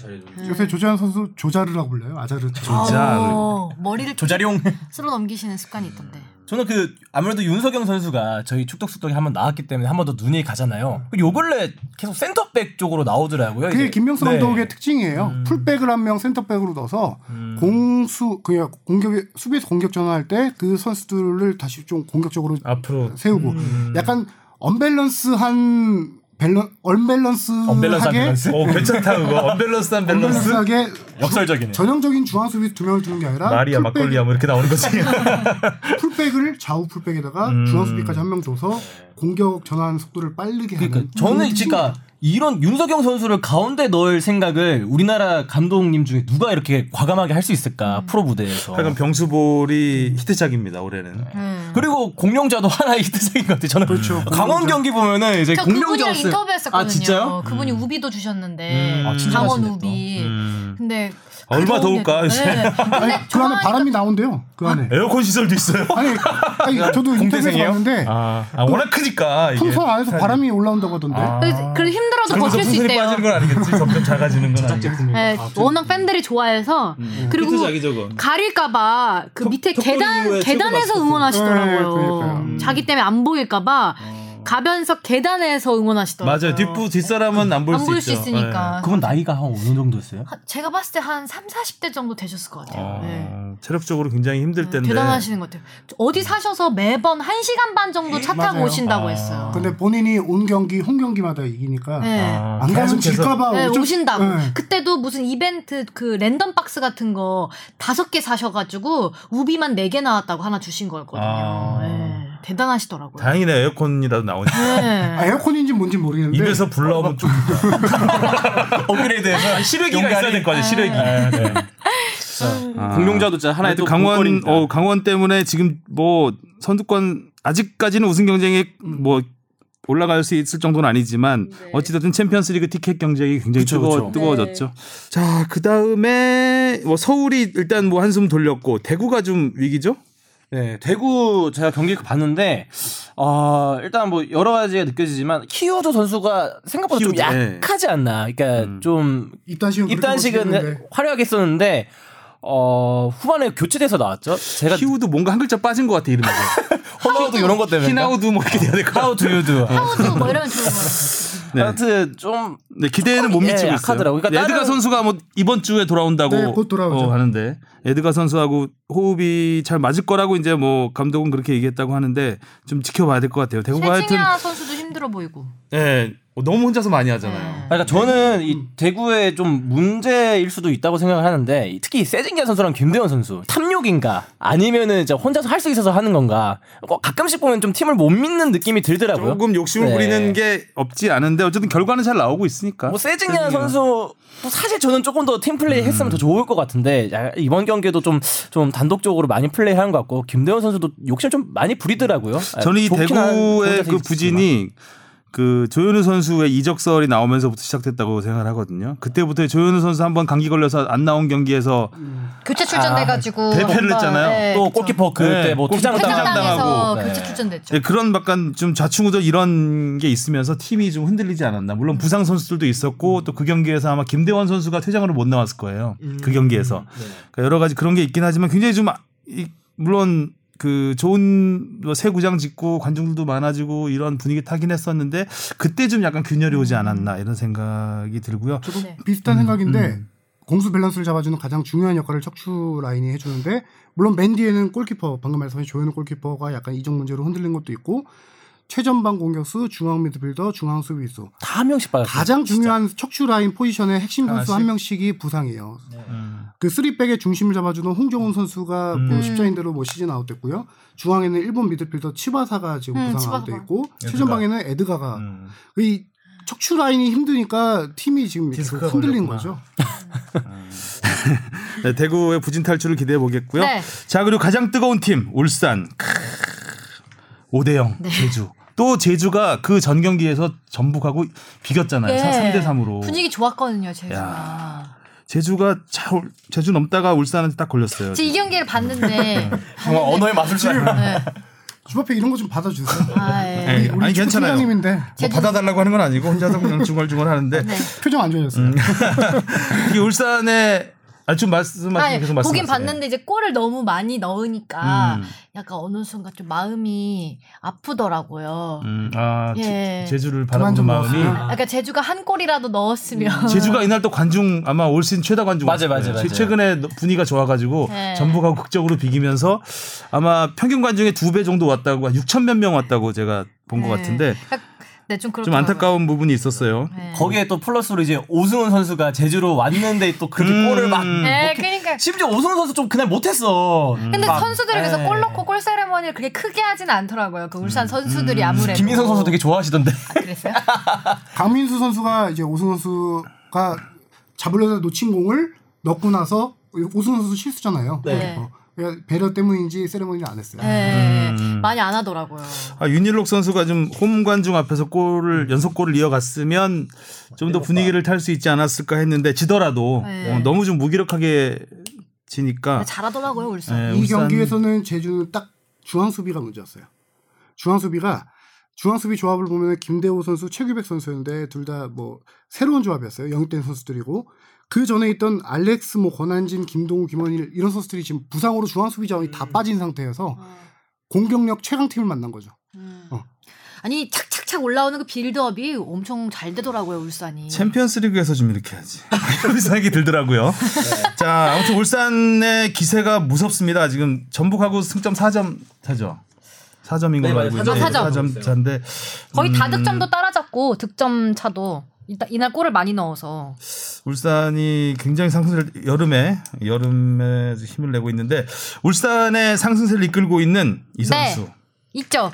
요새 조재환 선수 조자르라고 불러요. 아자르. 진짜. 어, 머리를 조자룡. 쓸어 넘기시는 습관이 있던데. 저는 그 아무래도 윤석영 선수가 저희 축덕숙덕에 한번 나왔기 때문에 한 번 더 눈이 가잖아요. 요 근래 계속 센터백 쪽으로 나오더라고요. 음. 그게 이제. 김명수 네. 감독의 특징이에요. 음. 풀백을 한 명 센터백으로 넣어서 공수 그냥 공격에 수비에서 공격 전환할 때 그 선수들을 다시 좀 공격적으로 앞으로 세우고 음. 약간 언밸런스한 밸런 언밸런스한 언밸런스하게 밸런스? 어, 괜찮다 그거. 언밸런스한 밸런스. 언밸런스하게 역설적이네. 전형적인 중앙 수비 두 명을 두는 게 아니라 그 말이야 풀백, 막걸리야 뭐 이렇게 나오는 거지. 풀백을 좌우 풀백에다가 음. 중앙 수비까지 한 명 줘서 공격 전환 속도를 빠르게 그러니까 하는 저는 진짜 이런 윤석영 선수를 가운데 넣을 생각을 우리나라 감독님 중에 누가 이렇게 과감하게 할 수 음. 있을까 프로 무대에서. 약간 병수볼이 히트작입니다 올해는. 음. 그리고 공룡자도 하나의 (laughs) 히트작인 것 같아요. 저는 그렇죠. 음. 강원 경기 보면은 이제 저 네, 공룡자 그분이랑 없어요. 인터뷰했었거든요. 아 진짜요? 그분이 우비도 주셨는데 음. 아, 진짜 강원 맛있네, 또. 우비. 음. 근데 네, 얼마 더울까, 요새? 아니, 근데 그 안에 저랑 바람이 나온대요. 그 안에. 에어컨 시설도 있어요. 아니, 아니 저도 아, 인터뷰에서 공대생이에요? 봤는데 아, 아, 워낙 크니까 이게. 풍선 안에서 바람이 올라온다고 하던데. 아, 그- 그래도 힘들어도 잘못해서 버틸 수 풍선이 있대요. 빠지는 건 아니겠지. 점점 작아지는 건 아니겠지. 네, 워낙 팬들이 좋아해서 그리고 저건. 가릴까봐 그 밑에 턱걸이 계단 이후에 계단에서 최고 마스코트. 네, 응원하시더라고요. 그러니까요. 음. 자기 때문에 안 보일까봐 가변석 계단에서 응원하시더라고요. 맞아요. 뒷부 뒷사람은 안 볼 안 수 보일 수 있죠. 예. 있으니까. 그분 나이가 한 어느 정도였어요? 한- 제가 봤을 때 한 3, 40대 정도 되셨을 것 같아요. 어, 네. 체력적으로 굉장히 힘들 텐데. 대단하시는 것 같아요. 어디 사셔서 매번 1시간 반 정도 차 타고 맞아요. 오신다고 아. 했어요. 근데 본인이 온 경기 홈 경기마다 이기니까 네. 아, 안 가면 계속해서. 질까봐 네, 어쩔 수- 오신다고. 네. 그때도 무슨 이벤트 그 랜덤 박스 같은 거 다섯 개 사셔가지고 우비만 네 개 나왔다고 하나 주신 거였거든요. 아. 네, 대단하시더라고요. 다행이네 에어컨이라도 나오니까. 네. 아, 에어컨인지 뭔지 모르겠는데 입에서 불러오면 (laughs) 좀 아, 업그레이드해서 네. 시래기가 있어야 될 거 네. 아니야 시래기. 공룡자도 진짜 하나의 또 하여튼 아. 강원 볼거리니까. 어, 강원 때문에 지금 뭐 선두권 아직까지는 우승 경쟁에 뭐 올라갈 수 있을 정도는 아니지만 어찌됐든 챔피언스리그 티켓 경쟁이 굉장히 그쵸, 뜨거, 그쵸. 뜨거워졌죠. 자 그 다음에 뭐 서울이 일단 뭐 한숨 돌렸고 대구가 좀 위기죠? 네, 대구 제가 경기 봤는데 어, 일단 뭐 여러 가지가 느껴지지만 키우조 선수가 생각보다 좀 키우조, 네. 약하지 않나. 그러니까 음. 좀 입단식은 네. 그렇게 입단식은 멋있는데. 화려하게 썼는데 어, 후반에 교체돼서 나왔죠. 제가 키우도 뭔가 한 글자 빠진 것 같아 이름에서. 홀라우드 이런 것 때문에. 히나우도 뭐 이렇게 돼야 될 것 같아. How do you do? 하우스 뭐 이러면 (laughs) 좋은 거. 네. 아무튼 좀 네, 기대에는 못 예, 미치고 약하더라고요. 있어요. 그러니까 에드가 다른- 선수가 뭐 이번 주에 돌아온다고 네, 곧 돌아오죠. 어, 하는데 에드가 선수하고 호흡이 잘 맞을 거라고 이제 뭐 감독은 그렇게 얘기했다고 하는데 좀 지켜봐야 될 것 같아요. 대구가 뭐 하여튼 최진야 선수도 힘들어 보이고. 예, 너무 혼자서 많이 하잖아요. 그러니까 저는 이 음. 대구의 좀 문제일 수도 있다고 생각을 하는데 이- 특히 세징야 선수랑 김대현 선수 탐욕인가 아니면은 이제 혼자서 할 수 있어서 하는 건가 어, 가끔씩 보면 좀 팀을 못 믿는 느낌이 들더라고요. 조금 욕심을 네. 부리는 게 없지 않은데 어쨌든 결과는 잘 나오고 있으니까. 뭐 세징야 선수 뭐 사실 저는 조금 더 팀 플레이 했으면 음. 더 좋을 것 같은데 야, 이번 경기에도 좀 좀 단독적으로 많이 플레이하는 것 같고 김대현 선수도 욕심 을좀 많이 부리더라고요. 아, 저는 이 좋긴 한 대구의 혼자서 그 있었지만. 부진이 그 조현우 선수의 이적설이 나오면서부터 시작됐다고 생각을 하거든요. 그때부터 조현우 선수 한 번 감기 걸려서 안 나온 경기에서 교체 출전돼가지고 아, 대패를 했잖아요. 또 골키퍼 그때 네, 뭐 골키퍼 퇴장 회장당에서 퇴장당하고. 교체 출전됐죠. 예, 그런 약간 좀 좌충우돌 이런 게 있으면서 팀이 좀 흔들리지 않았나. 물론 부상 선수들도 있었고 또 그 경기에서 아마 김대원 선수가 퇴장으로 못 나왔을 거예요. 그 경기에서 그러니까 여러 가지 그런 게 있긴 하지만 굉장히 좀 아- 이- 물론 그 좋은 뭐새 구장 짓고 관중들도 많아지고 이런 분위기 타긴 했었는데 그때 좀 약간 균열이 오지 않았나 이런 생각이 들고요. 저도 네. 비슷한 생각인데 공수 밸런스를 잡아주는 가장 중요한 역할을 척추 라인이 해주는데 물론 맨 뒤에는 골키퍼 방금 말씀하신 조현우 골키퍼가 약간 이적 문제로 흔들린 것도 있고 최전방 공격수 중앙 미드필더 중앙 수비수 다 한 명씩 받았어요. 가장 중요한 척추 라인 포지션의 핵심 선수 하나씩? 한 명씩이 부상이에요. 음. 그 쓰리백의 중심을 잡아주는 홍정훈 선수가 음. 그 십자인대로 뭐 시즌 아웃됐고요. 중앙에는 일본 미드필더 치바사가 지금 음, 부상 치바사. 아웃돼 있고 최전방에는 에드가가 음. 이 척추 라인이 힘드니까 팀이 지금 이렇게 디스크가 흔들린 걸렸구나. 거죠. 네, 대구의 부진 탈출을 기대해 보겠고요. 네. 자 그리고 가장 뜨거운 팀 울산 5대0 네. 제주. 또 제주가 그 전 경기에서 전북하고 비겼잖아요. 네. 3대 3으로. 분위기 좋았거든요, 제가. 제주가 자, 울- 제주 넘다가 울산한테 딱 걸렸어요. 제이 (laughs) 경기를 네. 봤는데 아, 정말 언어의 마술사. 네. 주바페 이런 거 좀 받아주세요. 아, 예. 네, 아니 괜찮아요. 뭐 팀장님인데 받아달라고 하는 건 아니고 혼자서 그냥 중얼중얼 하는데 네. 표정 안 좋아졌어요. 음. 이 울산에 아좀 말씀하시 아니, 네, 예. 계속 말씀. 보긴 봤는데 이제 골을 너무 많이 넣으니까 음. 약간 어느 순간 좀 마음이 아프더라고요. 음, 아 예. 제, 주를 그만 바라보는 좀 마음이 먹었으면. 그러니까 제주가 한 골이라도 넣었으면 제주가 이날 또 관중 아마 올 시즌 최다 관중 맞아요, 맞아요, 네, 맞아요. 최근에 너- 분위기가 좋아가지고 네. 전북하고 극적으로 비기면서 아마 평균 관중의 두 배 정도 왔다고 한 6천 몇 명 왔다고 제가 본 것 네. 같은데 네, 좀 그렇죠. 좀 안타까운 부분이 있었어요. 거기에 또 플러스로 이제 오승훈 선수가 제주로 왔는데 또 그렇게 음. 골을 막 네, 이렇게- 그러니까 심지어 오승훈 선수 좀 그날 못했어. 근데 음. 아, 막, 선수들이 그래서 예. 골 넣고 골 세레머니를 그렇게 크게 하진 않더라고요. 그 음. 울산 선수들이 아무래도 김민성 선수 되게 좋아하시던데. 아, (laughs) 그랬어요? 강민수 선수가 이제 오승 선수가 잡으려다 놓친 공을 넣고 나서 오승 선수 실수잖아요. 네. 어, 그러니까 배려 때문인지 세레머니를 안 했어요. 네, 음. 많이 안 하더라고요. 아, 윤일록 선수가 좀 홈 관중 앞에서 골을 연속 골을 이어갔으면 좀 더 분위기를 탈 수 있지 않았을까 했는데 지더라도 네. 어, 너무 좀 무기력하게 지니까 잘하더라고요 울산. 아. 네, 이 울산- 경기에서는 제주는 딱 중앙 수비가 문제였어요. 중앙 수비가 중앙 수비 조합을 보면 김대호 선수, 최규백 선수였는데 둘 다 뭐 새로운 조합이었어요. 영입된 선수들이고 그 전에 있던 알렉스, 뭐 권한진, 김동우, 김원일 이런 선수들이 지금 부상으로 중앙 수비 자원이 다 빠진 상태여서 공격력 최강 팀을 만난 거죠. 아니 착착착 올라오는 그 빌드업이 엄청 잘 되더라고요 울산이. 챔피언스리그에서 좀 이렇게 하지. (laughs) 이런 생각이 들더라고요. 자 아무튼 울산의 기세가 무섭습니다. 지금 전북하고 승점 4점 차죠. 4점인 걸로 네, 알고 맞아요. 있는데 사점. 4점 차인데 거의 다 음, 득점도 따라잡고 득점 차도 일단 이날 골을 많이 넣어서 울산이 굉장히 상승세를 여름에 여름에 힘을 내고 있는데 울산의 상승세를 이끌고 있는 이 네. 선수 있죠 어.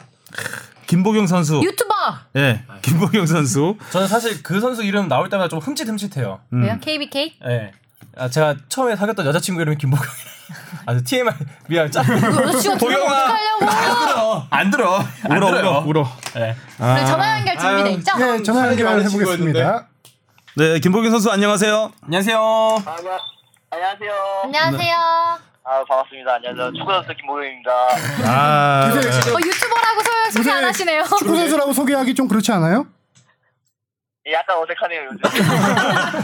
김보경 선수 유튜버 예 김보경 선수 (laughs) 저는 사실 그 선수 이름 나올 때마다 좀 흠칫흠칫해요. 음. 왜요 KBK 예. 아, 제가 처음에 사귀었던 여자친구 이름이 김보경이라. (laughs) 아, TMI 미안. 짜. (laughs) (laughs) 여자친구 들으면 어떡하려고 안 들어. 안 울어 들어요. 울어 울어 예. 아. 우리 전화 연결 준비돼 있죠 예, 전화 연결 해보겠습니다. 아, 네 김보경 선수 안녕하세요 안녕하세요. 안녕하세요. 안녕하세요 아 반갑습니다. 안녕하세요. 축구 선수 김보영입니다. 아, 네. 어, 유튜버라고 소개 소개 안 요새 하시네요. 축구 선수라고 소개하기 좀 그렇지 않아요? 예, 약간 어색하네요 (laughs) 요즘.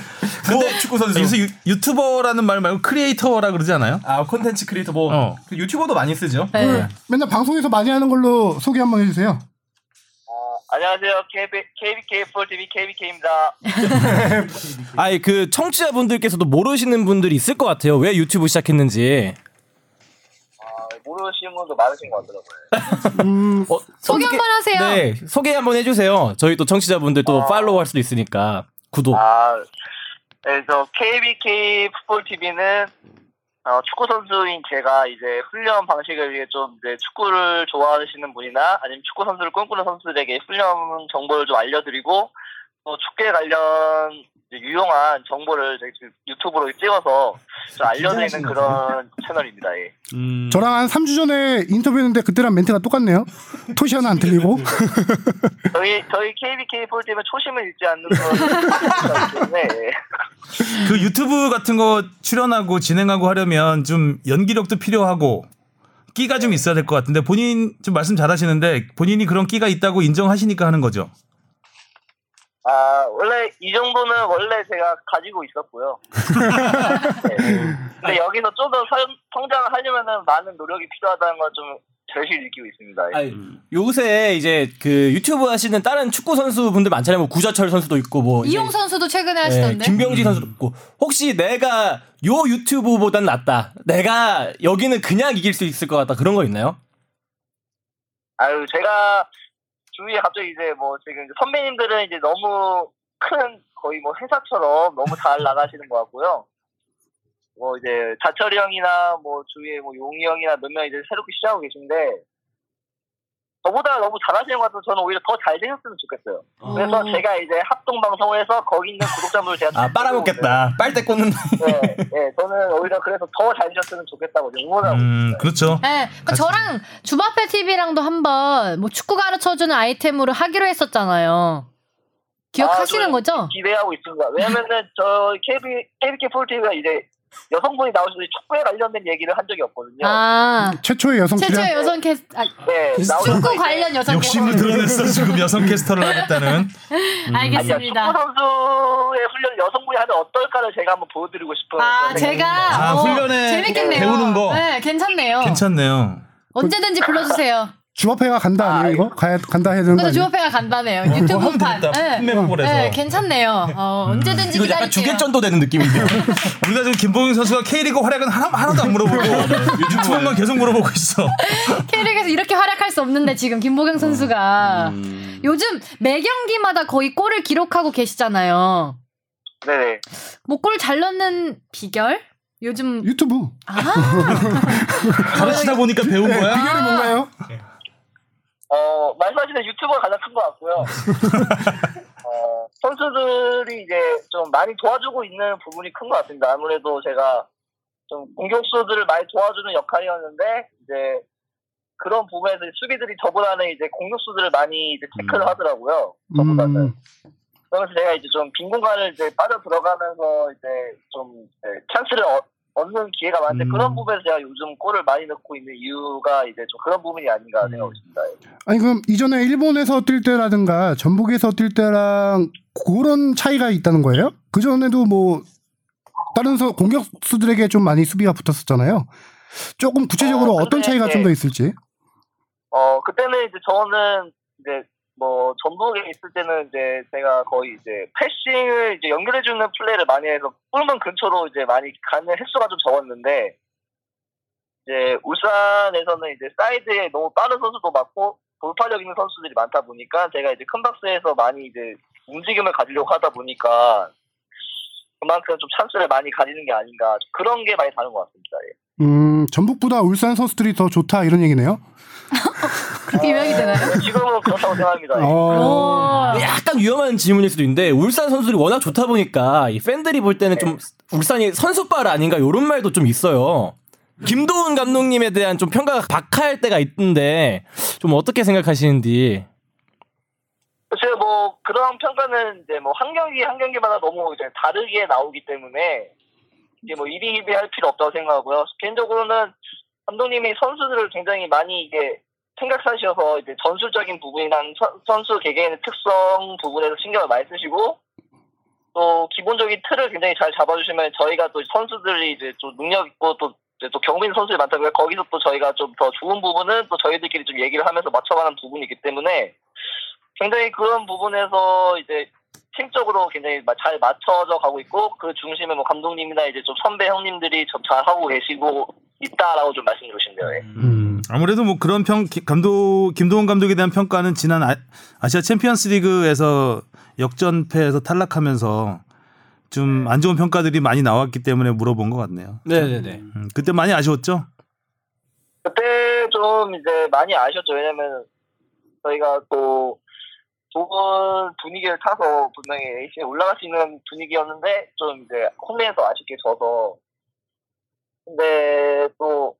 뭐 근데 축구 선수 요새 유, 유튜버라는 말 말고 크리에이터라 그러지 않아요? 아 콘텐츠 크리에이터 뭐 어. 그 유튜버도 많이 쓰죠. 네. 맨날 방송에서 많이 하는 걸로 소개 한번 해주세요. 어, 안녕하세요. KB, KBK 풀TV KBK입니다. 아니 그 청취자분들께서도 모르시는 분들이 있을 것 같아요. 왜 유튜브 시작했는지. 아, 모르시는 분도 많으신 것 같더라고요. 음, 소개 한번 하세요. 어, 네 소개 한번 해주세요. 저희 또 청취자분들 아. 또 팔로우할 수도 있으니까 구독. 아, 그래서 KBK 풋볼TV는 어, 축구 선수인 제가 이제 훈련 방식을 위해 좀 이제 축구를 좋아하시는 분이나 아니면 축구 선수를 꿈꾸는 선수들에게 훈련 정보를 좀 알려드리고 또 축구에 관련 이제 유용한 정보를 저희 지금 유튜브로 찍어서 좀 알려드리는 그런 채널입니다. 예. 음. 저랑 한 3주 전에 인터뷰했는데 그때랑 멘트가 똑같네요. 토시 하나 안 틀리고. (laughs) 저희 저희 KBK 풋볼TV는 초심을 잃지 않는 그런 (laughs) 때문에 예. 그 유튜브 같은 거 출연하고 진행하고 하려면 좀 연기력도 필요하고 끼가 좀 있어야 될 것 같은데 본인 좀 말씀 잘하시는데 본인이 그런 끼가 있다고 인정하시니까 하는 거죠. 아 원래 이 정도는 원래 제가 가지고 있었고요. 네. 근데 여기서 좀 더 성장을 하려면은 많은 노력이 필요하다는 걸 좀 절실히 느끼고 있습니다. 네. 예. 아니, 음. 요새 이제 그 유튜브 하시는 다른 축구 선수 분들 많잖아요. 뭐 구자철 선수도 있고 뭐 네. 이제 이용 선수도 최근에 예, 하시던데. 음. 김병지 선수도 있고 혹시 내가 요 유튜브보단 낫다. 내가 여기는 그냥 이길 수 있을 것 같다. 그런 거 있나요? 아유 제가 주위에 갑자기 이제 뭐 지금 이제 선배님들은 이제 너무 큰 거의 뭐 회사처럼 너무 잘 나가시는 것 같고요. 뭐 이제 자철이 형이나 뭐 주위에 뭐 용이 형이나 몇 명 이제 새롭게 시작하고 계신데 저보다 너무 잘하시는 것 같아서 저는 오히려 더 잘생겼으면 좋겠어요. 그래서 제가 이제 합동 방송을 해서 거기 있는 구독자분들 제가 아 빨아먹겠다. 빨대 꽂는다. 네, 네, 저는 오히려 그래서 더 잘생겼으면 좋겠다고 이제 응원하고 음, 그렇죠. 네, 그러니까 저랑 주바페 TV랑도 한번 뭐 축구 가르쳐주는 아이템으로 하기로 했었잖아요. 기억하시는 아, 저는 거죠? 기대하고 있습니다. 왜냐면은 저 KB, KBK 폴TV가 이제 여성분이 나오셔서 축구에 관련된 얘기를 한 적이 없거든요. 아, 최초의 여성 출연. 최초의 여성 캐스, 아, 네, 나오셔서 축구 이제- 관련 여성 캐스. 음, 욕심을 드러냈어 지금 여성 캐스터를 하겠다는. 아니요, 축구 알겠습니다. 선수의 훈련 여성분이 하면 어떨까를 제가 한번 보여드리고 싶어요. 아, 제가 아, 어, 훈련에 재밌겠네요. 배우는 거. 네, 괜찮네요. 괜찮네요. 언제든지 불러주세요. 주합회가 간다 아니에요 이거? 가야 간다 해야 되는 거 그래서 아니에요? 주바페가 간다네요. 유튜브 판. 네. 판매볼에서 네, 괜찮네요. 어, 언제든지 이거 약간 기다릴게요. 주객전도 되는 느낌인데요. (laughs) 우리가 지금 김보경 선수가 K리그 활약은 하나, 하나도 안 물어보고 네. 유튜브만 계속 물어보고 있어. K리그에서 이렇게 활약할 수 없는데 지금 김보경 선수가 아, 음. 음. 요즘 매 경기마다 거의 골을 기록하고 계시잖아요. 네네. 뭐 골 잘 넣는 비결? 요즘 유튜브. 가르치다 보니까 배운 네. 거야. 비결이 뭔가요? 어, 말씀하시는 유튜버가 가장 큰 것 같고요. 어, 선수들이 이제 좀 많이 도와주고 있는 부분이 큰 것 같습니다. 아무래도 제가 좀 공격수들을 많이 도와주는 역할이었는데, 이제 그런 부분에서 수비들이 저보다는 이제 공격수들을 많이 이제 체크를 하더라고요. 저보다는. 음, 그러면서 제가 이제 좀 빈 공간을 이제 빠져 들어가면서 이제 좀 이제 찬스를 얻- 얻는 기회가 많은데 그런 부분에서 제가 요즘 골을 많이 넣고 있는 이유가 이제 좀 그런 부분이 아닌가 생각하고 있습니다. 아니 그럼 이전에 일본에서 뛸 때라든가 전북에서 뛸 때랑 그런 차이가 있다는 거예요? 그 전에도 뭐 다른 서 공격수들에게 좀 많이 수비가 붙었었잖아요. 조금 구체적으로 어, 어, 떤 근데 차이가 이제 좀 더 있을지. 어, 그때는 이제 저는 이제 뭐 전북에 있을 때는 이제 제가 거의 이제 패싱을 이제 연결해주는 플레이를 많이 해서 골문 근처로 이제 많이 가는 횟수가 좀 적었는데 이제 울산에서는 이제 사이드에 너무 빠른 선수도 많고 돌파력 있는 선수들이 많다 보니까 제가 이제 큰 박스에서 많이 이제 움직임을 가지려고 하다 보니까 그만큼 좀 찬스를 많이 가지는 게 아닌가 그런 게 많이 다른 것 같습니다. 예. 음, 전북보다 울산 선수들이 더 좋다 이런 얘기네요. 아, 그렇게 유명이 되나요? 지금은 그렇다고 생각합니다. 어, 예. 아. 오. 뭐 약간 위험한 질문일 수도 있는데 울산 선수들이 워낙 좋다 보니까 이 팬들이 볼 때는 좀 네. 울산이 선수빨 아닌가 이런 말도 좀 있어요. 김도훈 감독님에 대한 좀 평가가 박할 때가 있던데 좀 어떻게 생각하시는지 글쎄 뭐 그런 평가는 이제 뭐 한 경기 한 경기마다 너무 이제 다르게 나오기 때문에 이제 뭐 이리 이리 할 필요 없다고 생각하고요. 개인적으로는 감독님이 선수들을 굉장히 많이 이게 생각하셔서 이제 전술적인 부분이나 선- 선수 개개인의 특성 부분에서 신경을 많이 쓰시고 또 기본적인 틀을 굉장히 잘 잡아주시면 저희가 또 선수들이 이제 좀 능력 있고 또 이제 또 경민 선수들이 많다 보니까 거기서 또 저희가 좀 더 좋은 부분은 또 저희들끼리 좀 얘기를 하면서 맞춰가는 부분이기 때문에 굉장히 그런 부분에서 이제 팀적으로 굉장히 마- 잘 맞춰져 가고 있고 그 중심에 뭐 감독님이나 이제 좀 선배 형님들이 좀 잘 하고 계시고 있다라고 좀 말씀드리고 싶네요. 예. 아무래도 뭐 그런 평 기- 감독 김도훈 감독에 대한 평가는 지난 아, 시아 챔피언스리그에서 역전패에서 탈락하면서 좀 네. 안 좋은 평가들이 많이 나왔기 때문에 물어본 것 같네요. 네네네. 음, 그때 많이 아쉬웠죠? 그때 좀 이제 많이 아쉬웠죠. 왜냐면 저희가 또 좋은 분위기를 타서 분명히 AC에 올라갈 수 있는 분위기였는데 좀 이제 홈에서 아쉽게 져서 근데 또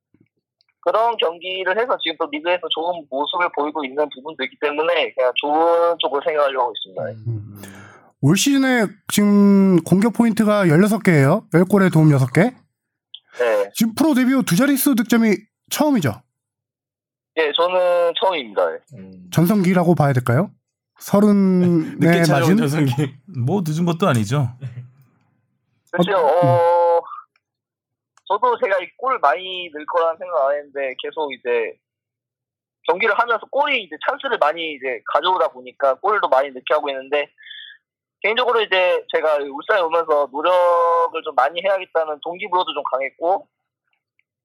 그런 경기를 해서 지금 또 리그에서 좋은 모습을 보이고 있는 부분도 있기 때문에 그냥 좋은 쪽으로 생각하려고 하고 있습니다. 올 시즌에 지금 공격 포인트가 16개예요. 10골에 도움 6개. 네. 지금 프로 데뷔 후 두 자릿수 득점이 처음이죠. 예, 저는 처음입니다. 예. 전성기라고 봐야 될까요? 네, 늦게 서른에 네 찾아온 맞은 전성기. 뭐 늦은 것도 아니죠. 글쎄요, 어, 저도 제가 이 골을 많이 넣을 거라는 생각 안 했는데 계속 이제 경기를 하면서 골이 이제 찬스를 많이 이제 가져오다 보니까 골도 많이 넣게 하고 있는데 개인적으로 이제 제가 울산에 오면서 노력을 좀 많이 해야겠다는 동기부여도 좀 강했고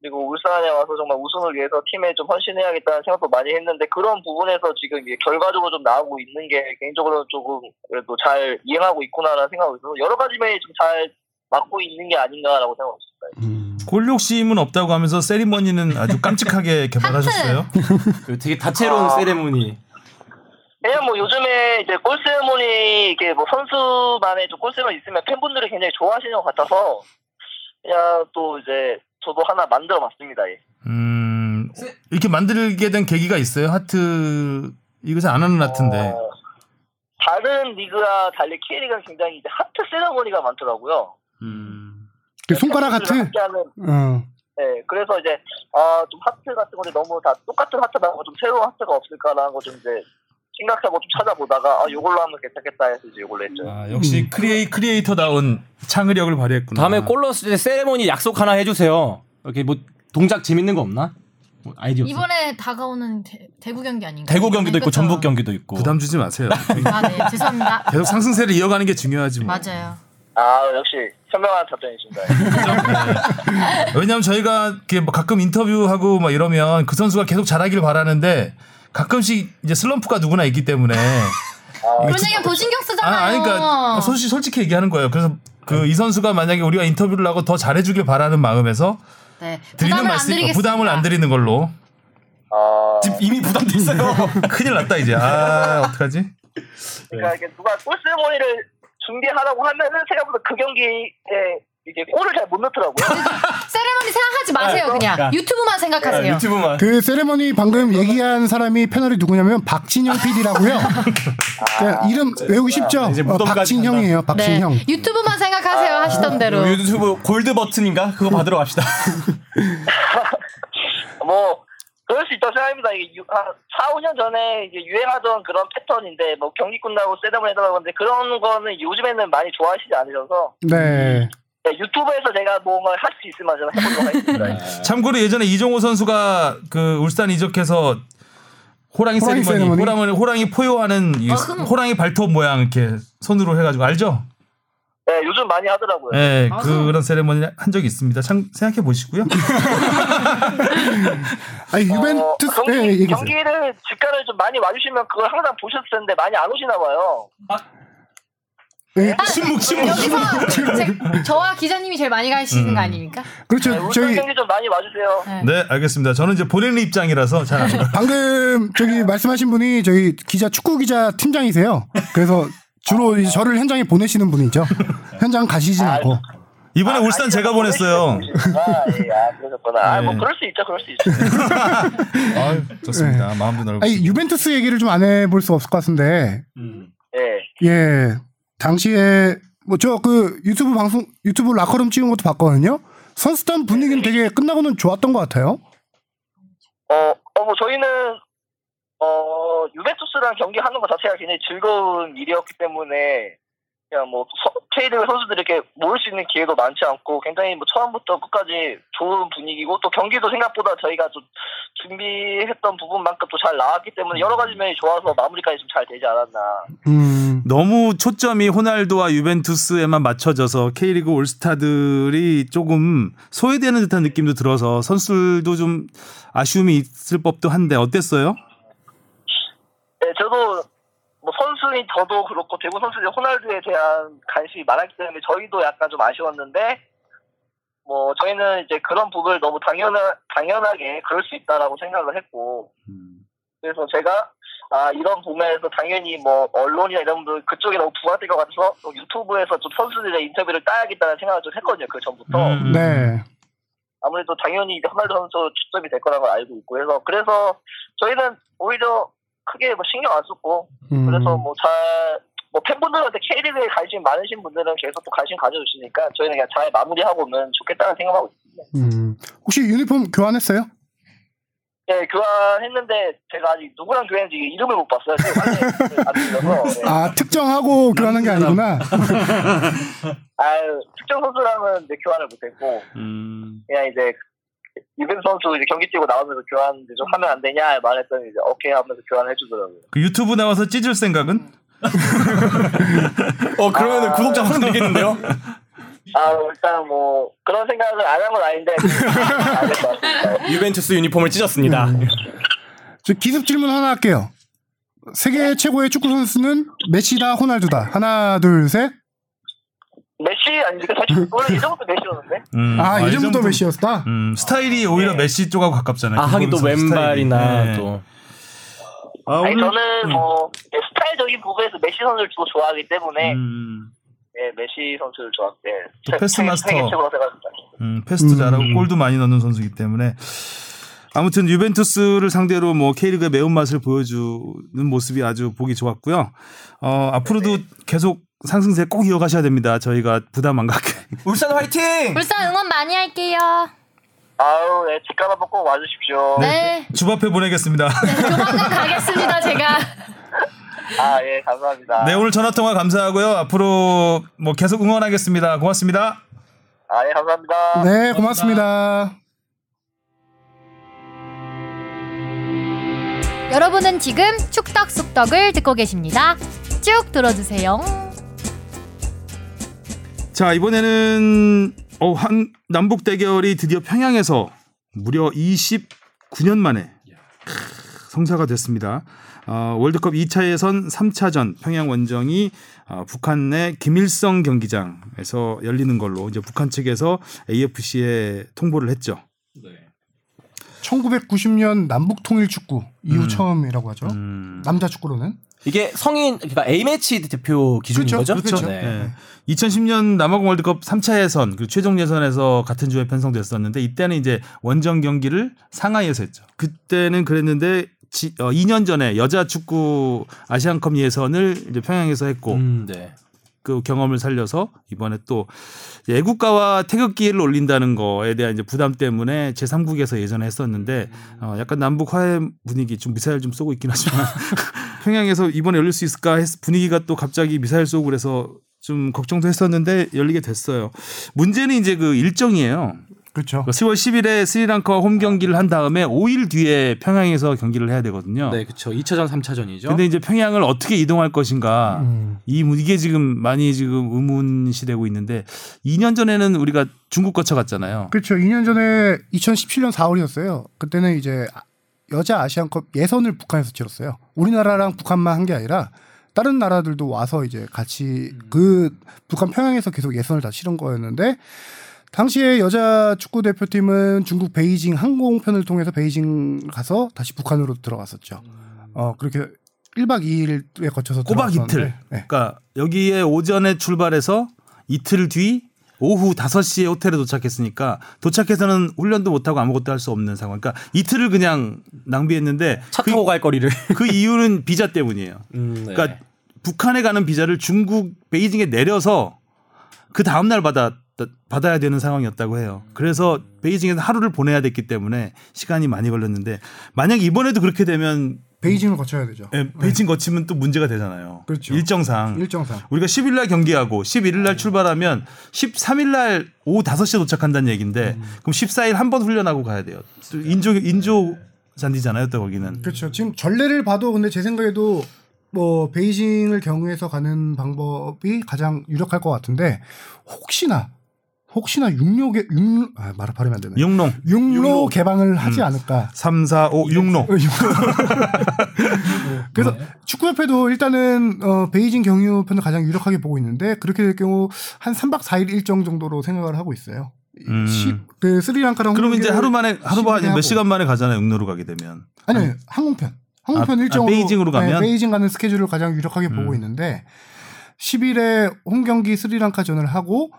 그리고 울산에 와서 정말 우승을 위해서 팀에 좀 헌신해야겠다는 생각도 많이 했는데 그런 부분에서 지금 이제 결과적으로 좀 나오고 있는 게 개인적으로 조금 그래도 잘 이행하고 있구나라는 생각이 들어서 여러 가지 면이 좀잘 맡고 있는 게 아닌가라고 생각했습니다. 골 욕심은 없다고 하면서 세리머니는 아주 깜찍하게 개발하셨어요. 그 되게 다채로운 아. 세레모니. 왜냐면 뭐 요즘에 이제 골 세레모니 이게 뭐 선수만의 좀골 세레모니 있으면 팬분들이 굉장히 좋아하시는 것 같아서 그냥 또 이제 저도 하나 만들어봤습니다. 예. 음, 이렇게 만들게 된 계기가 있어요. 하트 이거 잘 안 하는 하트인데. 어, 다른 리그와 달리 K리그는 굉장히 이제 하트 세레모니가 많더라고요. 그 손가락 팬분들과 같은 함께하는 어. 네, 그래서 이제 아, 좀 하트 같은 건데 너무 다 똑같은 하트 말고 좀 새로운 하트가 없을까라는 거 좀 이제 생각하고 좀 찾아보다가 아, 요걸로 하면 괜찮겠다 해서 이제 요걸로 했죠. 아, 역시 크리에이 크리에이터다운 창의력을 음. 발휘했구나. 다음에 골 넣었을 때 세레모니 약속 하나 해주세요. 이렇게 뭐 동작 재밌는 거 없나? 뭐 아이디어. 없어? 이번에 다가오는 대, 대구 경기 아닌가? 대구 경기도 있고 그쵸? 전북 경기도 있고. 부담 주지 마세요. (laughs) 아, 네. 죄송합니다. 계속 상승세를 이어가는 게 중요하지 뭐. 맞아요. (laughs) 아 역시 현명한 (laughs) 답변이십니다. 왜냐하면 저희가 이렇게 뭐 가끔 인터뷰하고 막 이러면 그 선수가 계속 잘하길 바라는데 가끔씩 이제 슬럼프가 누구나 있기 (laughs) 때문에 그런 얘기는 더 신경 아, 쓰잖아요. 아니 그러니까 솔직히, 솔직히 얘기하는 거예요. 그래서 그 이 선수가 만약에 우리가 인터뷰를 하고 더 잘해주길 바라는 마음에서 네. 드리는 부담을 안 말씀 어, 드리겠습니다. 부담을 안 드리는 걸로 아, 이미 부담됐어요. (laughs) 큰일 났다 이제 아 어떡하지? 네. 그러니까 이게 누가 골스모니를 준비하라고 하면은 생각보다 그 경기에 이게 골을 잘 (laughs) 못 넣더라고요. 세레머니 생각하지 마세요, 그냥. 유튜브만 아, 아, 생각하세요. 유튜브만. 그 세레머니 네, 방금 그렇죠. 얘기한 사람이 패널이 (laughs) 누구냐면 박진영 PD라고요. 이름 외우기 쉽죠? 아, 네. 이제 어, 무덤까지 박진형이에요. 네. 박진형. 유튜브만 생각하세요 하시던 대로. 아, 유튜브 골드 버튼인가? 그거 받으러 갑시다. 뭐 그럴 수 있다고 생각합니다. 이게 유, 한 4, 5년 전에 이제 유행하던 그런 패턴인데 뭐 경기 끝나고 세레머니 하더라고 근데 그런 거는 요즘에는 많이 좋아하시지 않으셔서 네. 네, 유튜브에서 제가 뭔가 할 수 있으면 제가 해보도록 (laughs) (laughs) 하겠습니다. 참고로 예전에 이종호 선수가 그 울산 이적해서 호랑이, 호랑이 세리머니, 세리머니? 호랑이, 호랑이 포효하는 이 아, 그럼- 호랑이 발톱 모양 이렇게 손으로 해가지고 알죠? 네, 요즘 많이 아, 하더라고요. 네, 그, 그런 세레머니 한 적이 있습니다. 참, 생각해 (laughs) 보시고요. 아니 어, 유벤투스 경기, 예, 얘기해 주세요. 경기를 직관을 좀 많이 와주시면 그걸 항상 보셨을 텐데 많이 안 오시나 봐요. 예, 침묵 침묵. 아, 여기서 제- 저와 기자님이 제일 많이 가시는 거 아닙니까? 네, 그렇죠. 울산 저희 경기 좀 많이 와주세요. 네, 알겠습니다. 저는 이제 보내는 입장이라서 잘 아, 안 가요. 방금 저기 말씀하신 분이 저희 기자 축구 기자 팀장이세요. 그래서 주로 이제 저를 현장에 보내시는 분이죠. 현장 가시진 않고. 이번에 아, 울산 아니, 제가 그냥 보냈어요. 보내시는구나. 예, 아, 그러셨구나. 아, 뭐, 네. 그럴 수 있죠, 그럴 수 있죠. 아유, 좋습니다. 마음도 넓고. 아니 유벤투스 얘기를 좀 안 해볼 수 없을 것 같은데 예. 예 당시에 뭐 저 그 유튜브 방송 유튜브 라커룸 찍은 것도 봤거든요. 선수단 분위기는 되게 끝나고는 좋았던 것 같아요. 어, 어, 뭐 저희는 어 유벤투스랑 경기하는 것 자체가 굉장히 즐거운 일이었기 때문에 그냥 뭐 K리그 선수들이 이렇게 모일 수 있는 기회도 많지 않고 굉장히 뭐 처음부터 끝까지 좋은 분위기고 또 경기도 생각보다 저희가 좀 준비했던 부분만큼 또 잘 나왔기 때문에 여러 가지 면이 좋아서 마무리까지 좀 잘 되지 않았나. 음. 너무 초점이 호날두와 유벤투스에만 맞춰져서 K리그 올스타들이 조금 소외되는 듯한 느낌도 들어서 선수들도 좀 아쉬움이 있을 법도 한데 어땠어요? 네, 저도 뭐 선수인 저도 그렇고 대구 선수들 호날두에 대한 관심이 많았기 때문에 저희도 약간 좀 아쉬웠는데 뭐 저희는 이제 그런 부분을 너무 당연하, 당연하게 그럴 수 있다라고 생각을 했고 그래서 제가 아 이런 부분에서 당연히 뭐 언론이나 이런 분들 그쪽에 너무 부각될 것 같아서 또 유튜브에서 좀 선수들의 인터뷰를 따야겠다는 생각을 좀 했거든요 그 전부터 음. 네. 아무래도 당연히 이제 호날두 선수 추첨이 될 거라는 걸 알고 있고 그래서 그래서 저희는 오히려 크게 뭐 신경 안 썼고 음. 그래서 뭐 잘, 뭐 팬분들한테 K리그에 관심 많으신 분들은 계속 또 관심 가져주시니까 저희는 그냥 잘 마무리하고면 좋겠다는 생각하고 있습니다. 음. 혹시 유니폼 교환했어요? 네, 교환했는데 제가 아직 누구랑 교환했는지 이름을 못 봤어요. 제가 관리를 안 들려서. (laughs) 네. 아 특정하고 교환한 게 아니구나. 아유, 특정 선수랑은 이제 교환을 못했고, 음. 그냥 이제 유빈 선수 이제 경기 뛰고 나오면서 교환 이제 좀 하면 안 되냐 말했더니 이제 오케이 하면서 교환을 해주더라고요. 그 유튜브 나와서 찢을 생각은? 어 그러면은 구독자 확 늘겠는데요? (laughs) 아, 일단 뭐 그런 생각을 안 한 (laughs) 건 아닌데. 네, 알겠다. 유벤투스 유니폼을 음, 찢었습니다. 저 기습 질문 하나 할게요. 네. 세계 최고의 축구 선수는 메시다 호날두다. 하나 둘 셋. 메시 아닙니까? 사실 (laughs) 원래 예전부터 메시였는데. 음, 아 이 예전부터 정도- 메시였다. 음, 스타일이 오히려 메시 쪽하고 그 가깝잖아요. 아 하긴 또 김보민 선수 왼발이나 스타일이. 네. 또 아, 아니 오늘- 저는 뭐 네, 스타일적인 부분에서 메시 선수를 주로 좋아하기 때문에 음, 네, 메시 선수를 좋아하기 예, 또 패스 마스터. 세계 최고로 생각합니다. 음, 패스도 음. 잘하고 골도 많이 넣는 선수이기 때문에 아무튼 유벤투스를 상대로 뭐 K리그의 매운맛을 보여주는 모습이 아주 보기 좋았고요. 어, 앞으로도 계속 상승세 꼭 이어가셔야 됩니다. 저희가 부담 안 갖게. 울산 화이팅! 울산 응원 많이 할게요. 아우 네, 집값 한번 꼭 와주십시오. 네. (laughs) 주 앞에 보내겠습니다. 조만간 가겠습니다, 제가. 아 예 감사합니다. 네, 오늘 전화 통화 감사하고요. 앞으로 뭐 계속 응원하겠습니다. 고맙습니다. 아 예 음. 감사합니다. 네 고맙습니다. 여러분은 지금 축덕숙덕을 듣고 계십니다. 쭉 들어주세요. 자, 이번에는 어, 한 남북 대결이 드디어 평양에서 무려 29년 만에 크, 성사가 됐습니다. 어, 월드컵 2차 예선 3차전 평양 원정이 어, 북한의 김일성 경기장에서 열리는 걸로 이제 북한 측에서 AFC에 통보를 했죠. 1990년 남북 통일 축구 이후 처음이라고 하죠. 음. 남자 축구로는 이게 성인 그러니까 A 매치 대표 기준인 그쵸, 거죠? 그쵸. 네. 2010년 예. 남아공 월드컵 3차 예선 그 최종 예선에서 같은 주에 편성됐었는데 이때는 이제 원정 경기를 상하이에서 했죠. 그때는 그랬는데 지, 어, 2년 전에 여자 축구 아시안컵 예선을 이제 평양에서 했고 음, 네. 그 경험을 살려서 이번에 또 애국가와 태극기를 올린다는 거에 대한 이제 부담 때문에 제3국에서 예전에 했었는데 어, 약간 남북 화해 분위기 좀 미사일 좀 쏘고 있긴 하지만 (laughs) 평양에서 이번에 열릴 수 있을까 했 분위기가 또 갑자기 미사일 쏘고 그래서 좀 걱정도 했었는데 열리게 됐어요. 문제는 이제 그 일정이에요. 그렇죠. 10월 10일에 스리랑카와 홈 경기를 한 다음에 5일 뒤에 평양에서 경기를 해야 되거든요. 네, 그렇죠. 2차전, 3차전이죠. 근데 이제 평양을 어떻게 이동할 것인가 음. 이 문- 이게 지금 많이 지금 의문시되고 있는데 2년 전에는 우리가 중국 거쳐 갔잖아요. 그렇죠. 2년 전에 2017년 4월이었어요. 그때는 이제 아- 여자 아시안컵 예선을 북한에서 치렀어요. 우리나라랑 북한만 한 게 아니라 다른 나라들도 와서 이제 같이 음. 그 북한 평양에서 계속 예선을 다 치른 거였는데 당시에 여자 축구 대표팀은 중국 베이징 항공편을 통해서 베이징 가서 다시 북한으로 들어갔었죠. 어 그렇게 1박 2일에 거쳐서 음. 꼬박 들어갔었는데, 이틀. 네. 그러니까 여기에 오전에 출발해서 이틀 뒤 오후 5시에 호텔에 도착했으니까 도착해서는 훈련도 못 하고 아무것도 할 수 없는 상황. 그러니까 이틀을 그냥 낭비했는데 차 그, 타고 갈 거리를. 그 이유는 비자 때문이에요. 음, 네. 그러니까 북한에 가는 비자를 중국 베이징에 내려서 그 다음 날 받아 받아야 되는 상황이었다고 해요. 그래서 베이징에서 하루를 보내야 됐기 때문에 시간이 많이 걸렸는데 만약 이번에도 그렇게 되면 베이징을 거쳐야 되죠. 예, 베이징 거치면 또 문제가 되잖아요. 그렇죠. 일정상 일정상. 우리가 10일 날 경기하고 11일 날 출발하면 13일 날 오후 5시에 도착한다는 얘기인데 그럼 14일 한 번 훈련하고 가야 돼요. 또 인조 인조 잔디잖아요, 또 거기는. 그렇죠. 지금 전례를 봐도 근데 제 생각에도 뭐 베이징을 경유해서 가는 방법이 가장 유력할 것 같은데 혹시나 혹시나 육로개 육아 말을 발음이 안 되네. 육농 육로, 개방을 음. 하지 않을까. 어, 3 4 5 육농. (laughs) 네. 그래서 네. 축구협회도 일단은 어, 베이징 경유편을 가장 유력하게 보고 있는데 그렇게 될 경우 한 3박 4일 일정 정도로 생각을 하고 있어요. 음. 10, 그 스리랑카랑 그러면 이제 홍콩을- 하루 만에 하루 시민이 만에 하고. 몇 시간 만에 가잖아요. 육로로 가게 되면. 아니, 아니 항공편. 항공편 아, 일정으로 아, 네, 베이징으로 가면? 음. 베이징 가는 스케줄을 가장 유력하게 보고 있는데 10일에 홈 경기 스리랑카전을 하고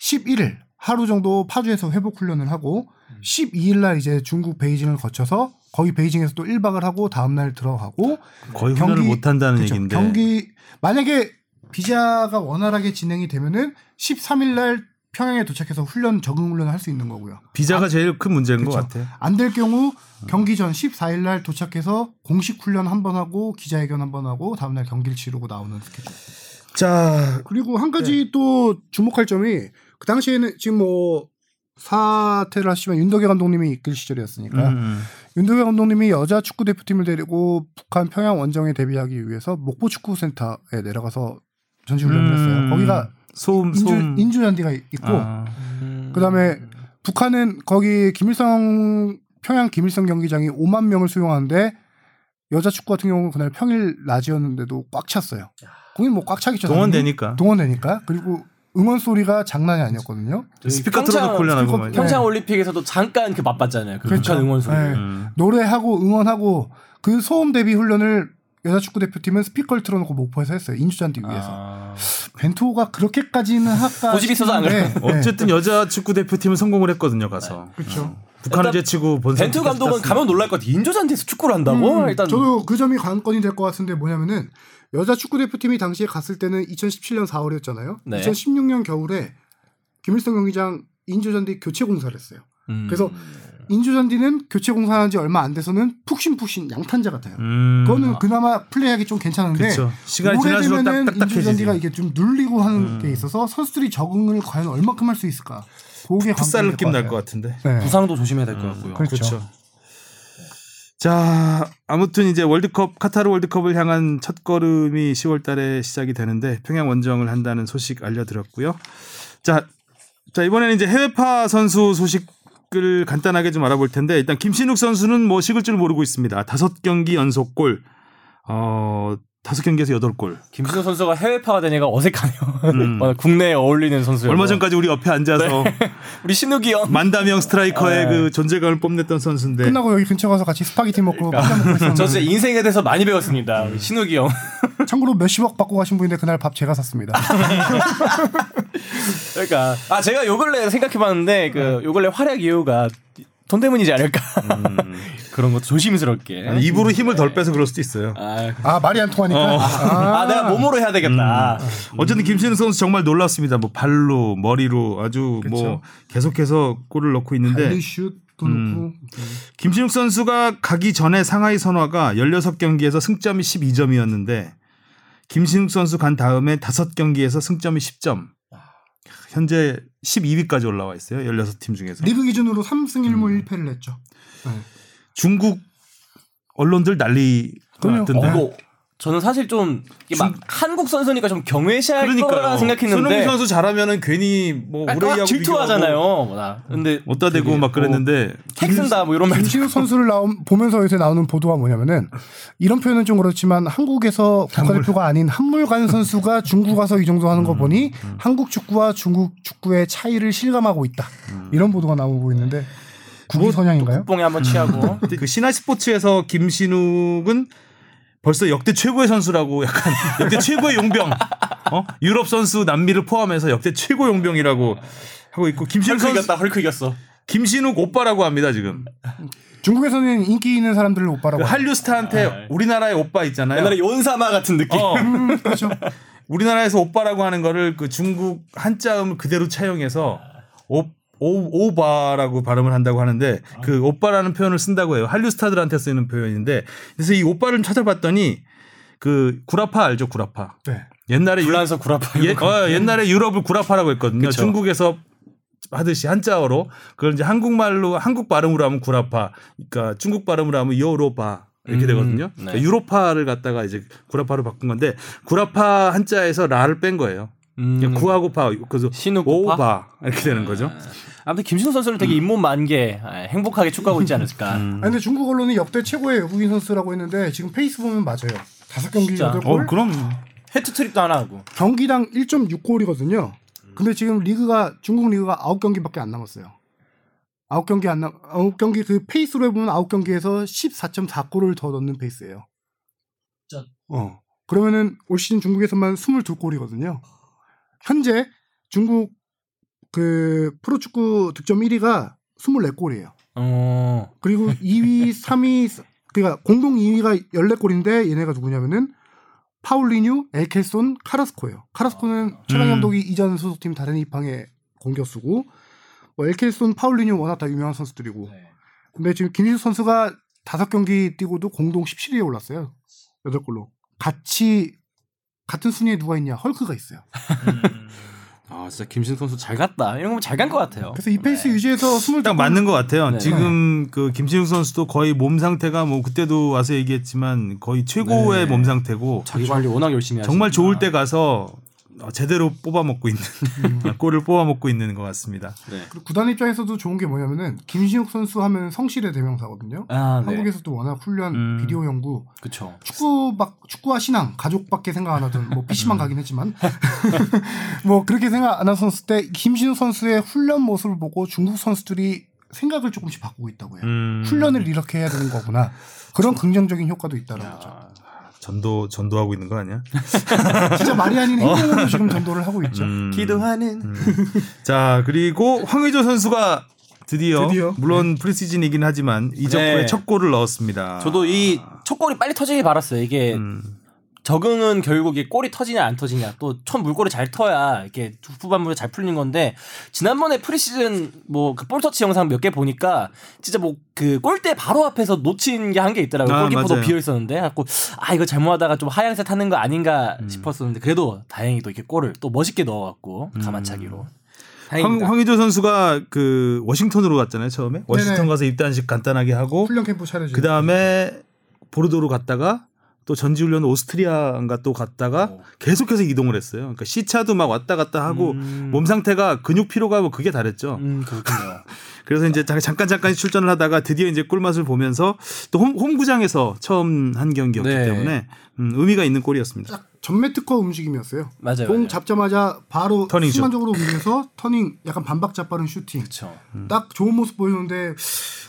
11일 하루 정도 파주에서 회복 훈련을 하고 음. 12일 날 이제 중국 베이징을 거쳐서 거의 베이징에서 또 1박을 하고 다음 날 들어가고 그렇죠. 거의 훈련을 못 한다는 얘기인데. 경기 만약에 비자가 원활하게 진행이 되면은 13일 날 평양에 도착해서 훈련 적응 훈련을 할 수 있는 거고요. 비자가 제일 큰 문제인 것 아, 그렇죠. 같아. 안 될 경우 경기 전 14일 날 도착해서 공식 훈련 한 번 하고 기자회견 한 번 하고 다음 날 경기를 치르고 나오는 스케줄. 네. 자, 그리고 한 가지 또 주목할 점이 그 당시에는 지금 뭐 사퇴를 하시면 윤덕여 감독님이 이끌 시절이었으니까 음. 윤도현 감독님이 여자 축구 대표팀을 데리고 북한 평양 원정에 데뷔하기 위해서 목포 축구센터에 내려가서 전시 훈련을 했어요. 음. 거기가 소음 인주, 소음. 인주연대가 있고 아. 그다음에 북한은 거기 김일성 평양 김일성 경기장이 5만 명을 수용하는데 여자 축구 같은 경우는 그날 평일 낮이었는데도 꽉 찼어요. 거긴 뭐 꽉 차겠죠. 당연히. 동원되니까. 동원되니까 그리고 응원 소리가 장난이 아니었거든요. 스피커 평창- 틀어놓고 훈련하고 막. 스피커- 평창 올림픽에서도 잠깐 그 맛봤잖아요. 그 그렇죠. 북한 응원 소리. 네. 음. 노래하고 응원하고 그 소음 대비 훈련을 여자 축구 대표팀은 스피커를 틀어놓고 목포에서 했어요 인주잔디 위에서 아. 벤투호가 그렇게까지는 할까 고집이 있어서 안 싶은데, 네. 어쨌든 여자 축구 대표팀은 성공을 했거든요 가서. 그렇죠. 북한을 네. 일단 제치고 본선. 벤투 감독은 가면 놀랄 것 같아. 인조잔디에서 축구를 한다고? 음, 일단 저도 그 점이 관건이 될 것 같은데 뭐냐면은 여자 축구 대표팀이 당시에 갔을 때는 2017년 4월이었잖아요 네. 2016년 겨울에 김일성 경기장 인조잔디 교체 공사를 했어요 음. 그래서 인조잔디는 교체 공사한 지 얼마 안 돼서는 푹신푹신 양탄자 같아요 음. 그거는 그나마 플레이하기 좀 괜찮은데 그렇죠. 시간이 지날수록 오래되면은 딱딱해지지. 음. 인조잔디가 이게 좀 눌리고 하는 게 있어서 선수들이 적응을 과연 얼마큼 할 수 있을까? 그게 풋살 관건일 느낌 날 것 같아요. 같은데. 네. 부상도 조심해야 음. 될 것 같고요. 그러니까 그렇죠. 자, 아무튼 이제 월드컵 카타르 월드컵을 향한 첫 걸음이 10월 달에 시작이 되는데 평양 원정을 한다는 소식 알려 드렸고요. 자, 자, 이번에는 이제 해외파 선수 소식을 간단하게 좀 알아볼 텐데 일단 김신욱 선수는 뭐 식을 줄 모르고 있습니다. 다섯 경기 연속 골. 어, 다섯 경기에서 여덟 골. 김신호 선수가 해외파가 되니까 어색하네요. (laughs) 음. 워낙 국내에 어울리는 선수. 네. 얼마 전까지 음. 우리 옆에 앉아서 우리 신욱이 형. 만다명 스트라이커의 그 존재감을 뽐냈던 선수인데 아, 네. 끝나고 여기 근처 가서 같이 스파게티 네. 먹고 피자 저 먹고 진짜 있었는데 인생에 대해서 많이 배웠습니다. 우리 신욱이 (laughs) 형. 참고로 몇십억 받고 가신 분인데 그날 밥 제가 샀습니다. 그러니까 아 제가 요 근래 생각해봤는데 네. 그 요 근래 활약 이유가 돈 때문이지 않을까. (laughs) 그런 것도 조심스럽게. 음. 아니, 입으로 힘을 덜 빼서 그럴 수도 있어요. 아, 아 말이 안 통하니까. 아, 내가 몸으로 해야 되겠다. 음. 어쨌든 김신욱 선수 정말 놀랐습니다. 뭐 발로 머리로 아주 뭐 그렇죠. 계속해서 골을 넣고 네. 있는데 슛도 넣고 김신욱 선수가 가기 전에 상하이 선화가 16경기에서 승점이 12점이었는데 김신욱 선수 간 다음에 5경기에서 승점이 10점. 현재 12위까지 올라와 있어요. 16팀 중에서. 리그 기준으로 3승 1무 1패를 했죠. 중국 언론들 난리 그럼요. 났던데. 어, 이거 저는 사실 좀 이게 막 한국 선수니까 좀 경외시할 거라 그러니까요. 생각했는데 손흥민 선수 잘하면은 괜히 뭐 약간 우레이하고 질투하잖아요. 비교하고 뭐 나. 근데 어따 대고 막 그랬는데 핵 쓴다 뭐 이런 말. (laughs) 김신우 선수를 나온 보면서 요새 나오는 보도가 뭐냐면은 이런 표현은 좀 그렇지만 한국에서 국가대표가 아닌 한물간 음. 선수가 중국 가서 이 정도 하는 거 보니 한국 축구와 중국 축구의 차이를 실감하고 있다. 이런 보도가 나오고 있는데 국위 선양인가요? 뽕에 한번 취하고. 근데 그 신화 스포츠에서 김신욱은 벌써 역대 최고의 선수라고 약간 (laughs) 역대 최고의 용병 어? 유럽 선수 남미를 포함해서 역대 최고 용병이라고 하고 있고 김신욱 헐크 선수 이겼다. 헐크 이겼어. 김신욱 오빠라고 합니다 지금 그 중국에서는 인기 있는 사람들을 그 오빠라고. 한류 스타한테 우리나라의 오빠 있잖아요 옛날에 연사마 같은 느낌. 어. 하- 음, 그렇죠. 우리나라에서 오빠라고 하는 거를 그 중국 한자음을 그대로 차용해서 오, 오, 바라고 발음을 한다고 하는데 그 오빠라는 표현을 쓴다고 해요. 한류 스타들한테 쓰는 표현인데 그래서 이 오빠를 찾아봤더니 그 구라파 알죠? 구라파. 네. 옛날에 유- 불란서 구라파. 예, 어, 옛날에 유럽을 구라파라고 했거든요. 중국에서 하듯이 한자어로 그걸 이제 한국말로 한국 발음으로 하면 구라파, 그러니까 중국 발음으로 하면 요로파 이렇게 음, 되거든요. 네. 그러니까 유로파를 갖다가 이제 구라파로 바꾼 건데 구라파 한자에서 라를 뺀 거예요. 음. 그러니까 구하고 파, 그래서 신우파. 오바 이렇게 되는 거죠. 아무튼 김신우 선수는 되게 잇몸 만개 아, 행복하게 축구하고 있지 않을까. 아니, 근데 중국 언론이 역대 최고의 외국인 선수라고 했는데 지금 페이스 보면 맞아요. 다섯 경기 진짜. 어, 여덟 골 어, 그럼 헤트트릭도 하나 하고. 경기당 1.6골이거든요. 근데 지금 리그가 중국 리그가 9경기밖에 안 남았어요. 9경기 안 남, 9경기 그 페이스로 해보면 9경기에서 14.4골을 더 넣는 페이스예요. 어. 그러면은 올 시즌 중국에서만 22골이거든요. 현재 중국 그 프로축구 득점 1위가 24골이에요. 어. 그리고 (laughs) 2위, 3위, 그러니까 공동 2위가 14골인데 얘네가 누구냐면은 파울리뉴, 엘켈손, 카라스코예요. 카라스코는 최강 음. 감독이 이전 소속팀 다른 이팡의 공격수고 뭐 엘켈손, 파울리뉴 워낙 다 유명한 선수들이고 네. 네. 근데 지금 김희수 선수가 5경기 뛰고도 공동 17위에 올랐어요. 8골로. 같이 같은 순위에 누가 있냐? 헐크가 있어요. 아 진짜 김신우 선수 잘 갔다. 이런 거잘 간 것 같아요. 그래서 이 페이스 유지해서 22골 어, 네. 딱 맞는 것 같아요. 네. 지금 그 김신욱 선수도 거의 몸 상태가 뭐 그때도 와서 얘기했지만 거의 최고의 몸 상태고 자기 관리 워낙 열심히 하시니까. 정말 좋을 때 가서 어, 제대로 뽑아먹고 있는 음. (laughs) 골을 뽑아먹고 있는 것 같습니다. 그리고 구단 입장에서도 좋은 게 뭐냐면은 김신욱 선수 하면 성실의 대명사거든요. 아, 네. 한국에서도 워낙 훌륭한 음. 비디오 연구, 그쵸. 축구 막 축구와 신앙, 가족밖에 생각 안 하던 뭐 PC만 음. 가긴 했지만 (laughs) 뭐 그렇게 생각 안 하셨을 때 김신욱 선수의 훈련 모습을 보고 중국 선수들이 생각을 조금씩 바꾸고 있다고 해요. 음. 훈련을 이렇게 해야 되는 거구나. 그런 긍정적인 효과도 있다는 거죠. 전도 전도하고 있는 거 아니야? 진짜 말이 아닌 행동으로 지금 전도를 하고 있죠. 어. 음. 기도하는. 자 그리고 황의조 선수가 드디어, 드디어. 물론 프리시즌이긴 하지만 이적 네. 후에 첫 골을 넣었습니다. 저도 이 첫 골이 빨리 터지길 바랐어요. 이게 아. 음. 적응은 결국 이 골이 터지냐 안 터지냐 또 첫 물골이 잘 터야 이렇게 후반부에 잘 풀린 건데 지난번에 프리시즌 뭐 그 볼터치 영상 몇 개 보니까 진짜 뭐 그 골대 바로 앞에서 놓친 게 한 게 있더라고요 아, 골키퍼도 맞아요. 비어 있었는데 갖고 아 이거 잘못하다가 좀 하얀색 타는 거 아닌가 음. 싶었었는데 그래도 다행히도 이렇게 골을 또 멋있게 넣어갖고 가만차기로 음. 황, 다행입니다. 황의조 선수가 그 워싱턴으로 갔잖아요 처음에 워싱턴 네네. 가서 입단식 간단하게 하고 훈련 캠프 차려주고 그 다음에 보르도로 갔다가 또 전지훈련 오스트리아인가 또 갔다가 계속해서 이동을 했어요. 그러니까 시차도 막 왔다 갔다 하고 몸 상태가 근육 피로가 뭐 그게 다랬죠. 음 그렇군요. 그래서 이제 자- 잠깐 잠깐 출전을 하다가 드디어 이제 꿀맛을 보면서 또 홈, 홈구장에서 처음 한 경기였기 네. 때문에 음, 의미가 있는 골이었습니다. 전매 특허 움직임이었어요. 맞아요. 공 맞아요. 잡자마자 바로 터닝 슛. 순간적으로 움직여서 터닝 약간 반박자 빠른 슈팅. 그렇죠. 딱 좋은 모습 보이는데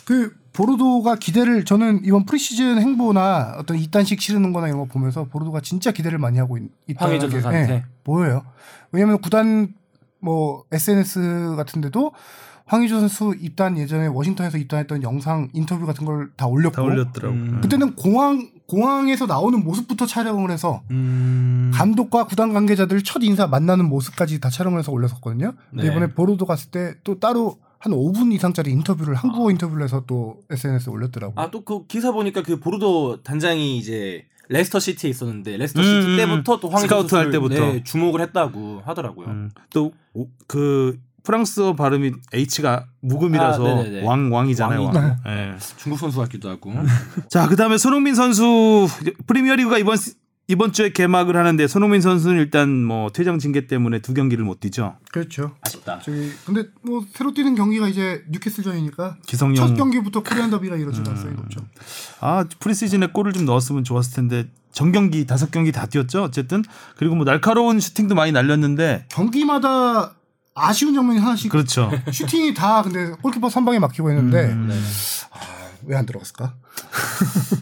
그 보르도가 기대를 저는 이번 프리시즌 행보나 어떤 이단식 치르는 거나 이런 거 보면서 보르도가 진짜 기대를 많이 하고 있- 있다는 예, 황의조 선수한테. 보여요. 왜냐면 구단 뭐 SNS 같은 데도 황의조 선수 입단 예전에 워싱턴에서 입단했던 영상 인터뷰 같은 걸 다 올렸고 다 올렸더라고. 음. 음. 그때는 공항 공항에서 나오는 모습부터 촬영을 해서 음. 감독과 구단 관계자들 첫 인사 만나는 모습까지 다 촬영을 해서 올렸었거든요. 근데 네. 이번에 보로도 갔을 때 또 따로 한 5분 이상짜리 인터뷰를 한국어 아. 인터뷰를 해서 또 SNS에 올렸더라고요. 아 또 그 기사 보니까 그 보르도 단장이 이제 레스터 시티에 있었는데 레스터 음, 시티 음. 때부터 또 황희조 스카우트 할 선수를, 때부터. 음. 네, 주목을 했다고 하더라고요. 또그 프랑스어 발음이 H가 묵음이라서 아, 네네네. 왕 왕이잖아요. 왕. 왕이죠. 예. 중국 선수 같기도 하고. 음. 자, 그다음에 손흥민 선수 프리미어리그가 이번 시- 이번 주에 개막을 하는데 손흥민 선수는 일단 뭐 퇴장 징계 때문에 두 경기를 못 뛰죠. 그렇죠. 아쉽다. 저기 근데 뭐 새로 뛰는 경기가 이제 뉴캐슬전이니까 기성용 첫 경기부터 코리안 더비가 이루어질 음. 가능성이 높죠. 아 프리시즌에 골을 좀 넣었으면 좋았을 텐데 전 경기 다섯 경기 다 뛰었죠 어쨌든 그리고 뭐 날카로운 슈팅도 많이 날렸는데 경기마다 아쉬운 장면이 하나씩 그렇죠 슈팅이 다 근데 골키퍼 선방에 막히고 했는데 음, 네. 아, 왜 안 들어갔을까?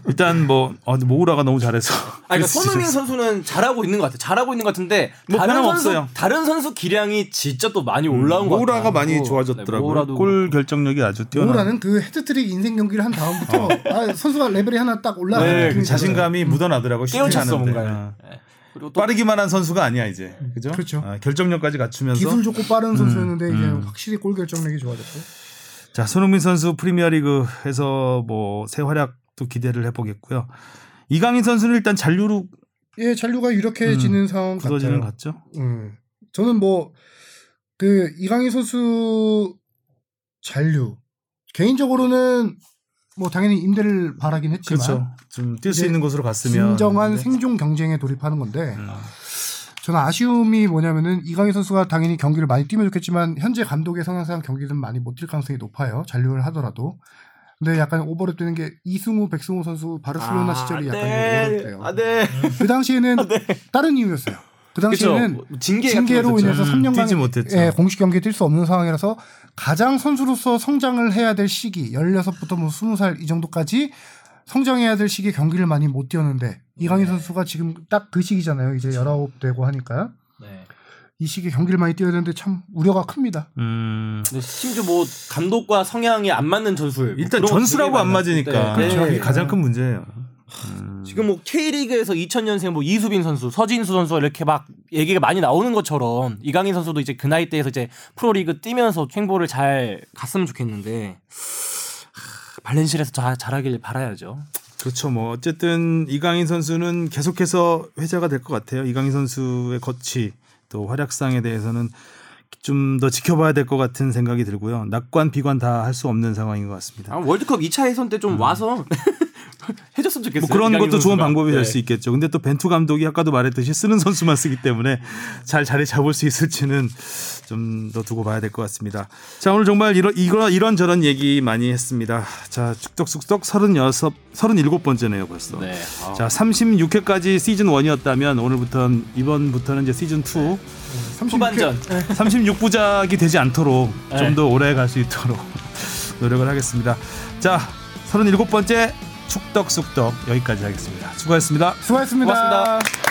일단 뭐 어, 모우라가 너무 잘해서 아, 그러니까 프리시즌에서. 손흥민 선수는 잘하고 있는 것 같아요. 잘하고 있는 것 같은데 뭐 다른 변함 선수 없어요. 음, 다른 선수 기량이 진짜 또 많이 올라온 것 같아요. 모우라가 많이 그리고, 네, 좋아졌더라고요 모우라도 골 결정력이 아주 뛰어나 오라는 그 헤드트릭 인생 경기를 한 다음부터 아, 선수가 레벨이 하나 딱 올라가는 어. 네, 그 느낌이 들어요. 자신감이 묻어나더라고 슈팅 그렇죠. 음. 깨우쳤어 하는데. 뭔가를. 아. 네. 그리고 또 빠르기만 한 선수가 아니야 이제 그죠? 그렇죠. 아, 결정력까지 갖추면서 기술 좋고 빠른 선수였는데 이제 음. 확실히 골 결정력이 좋아졌고. 자 손흥민 선수 프리미어리그에서 뭐 새 활약도 기대를 해보겠고요. 이강인 선수는 일단 잔류로 예, 잔류가 유력해지는 상황 굳어지는 같아요. 것 음, 같죠. 음. 저는 뭐 그 이강인 선수 잔류 개인적으로는 뭐 당연히 임대를 바라긴 했지만 그렇죠. 좀 뛸 수 이제 있는 곳으로 갔으면 네. 진정한 근데- 생존 경쟁에 돌입하는 건데 음. 저는 아쉬움이 뭐냐면은 이강인 선수가 당연히 경기를 많이 뛰면 좋겠지만 현재 감독의 성향상 경기는 많이 못 뛸 가능성이 높아요. 잔류를 하되더라도 근데 약간 오버랩 되는 게 이승우, 백승우 선수 바르셀로나 시절이 약간 오버랩 돼요. 아, 네. 그 당시에는 다른 이유였어요. 그 당시에는 그렇죠. 징계 같은 징계로 거 있었죠. 인해서 음, 3년간 뛰지 못했죠. 예, 공식 경기에 뛸 수 없는 상황이라서 가장 선수로서 성장을 해야 될 시기 16부터 뭐 20살 이 정도까지 성장해야 될 시기에 경기를 많이 못 뛰었는데 이강인 선수가 지금 딱 그 시기잖아요. 이제 19 되고 하니까 네. 이 시기에 경기를 많이 뛰어야 되는데 참 우려가 큽니다. 음, 근데 심지어 뭐 감독과 성향이 안 맞는 전술. 뭐 일단 그런 거 전술하고 되게 안 많았을 맞으니까 그렇죠. 때. 네. 그게 가장 큰 문제예요. 음. 지금 뭐 K리그에서 2000년생 뭐 이수빈 선수, 서진수 선수 이렇게 막 얘기가 많이 나오는 것처럼 이강인 선수도 이제 그 나이 대에서 이제 프로리그 뛰면서 행보를 잘 갔으면 좋겠는데 하, 발렌시아에서 자- 잘하길 바라야죠. 그렇죠. 뭐 어쨌든 이강인 선수는 계속해서 회자가 될 것 같아요. 이강인 선수의 거치 또 활약상에 대해서는 좀 더 지켜봐야 될 것 같은 생각이 들고요. 낙관 비관 다 할 수 없는 상황인 것 같습니다. 아, 월드컵 2차 예선 때 좀 와서 (laughs) 해줬으면 좋겠어요. 뭐 그런 이강인 것도 좋은 선수가. 방법이 될 수 네. 있겠죠. 근데 또 벤투 감독이 아까도 말했듯이 쓰는 선수만 쓰기 때문에 잘 자리 잡을 수 있을지는 좀 더 두고 봐야 될 것 같습니다. 자, 오늘 정말 이런 이런 이런 저런 얘기 많이 했습니다. 자, 축덕숙덕 36 37번째네요, 벌써. 네. 아, 자, 36회까지 시즌 1이었다면 오늘부터 이번부터는 이제 시즌 2 후반전. 36부작이 되지 않도록 좀 네. 더 오래 갈 수 있도록 노력을 하겠습니다. 자, 37번째 축덕숙덕 여기까지 하겠습니다. 수고하셨습니다. 수고하셨습니다. 고맙습니다.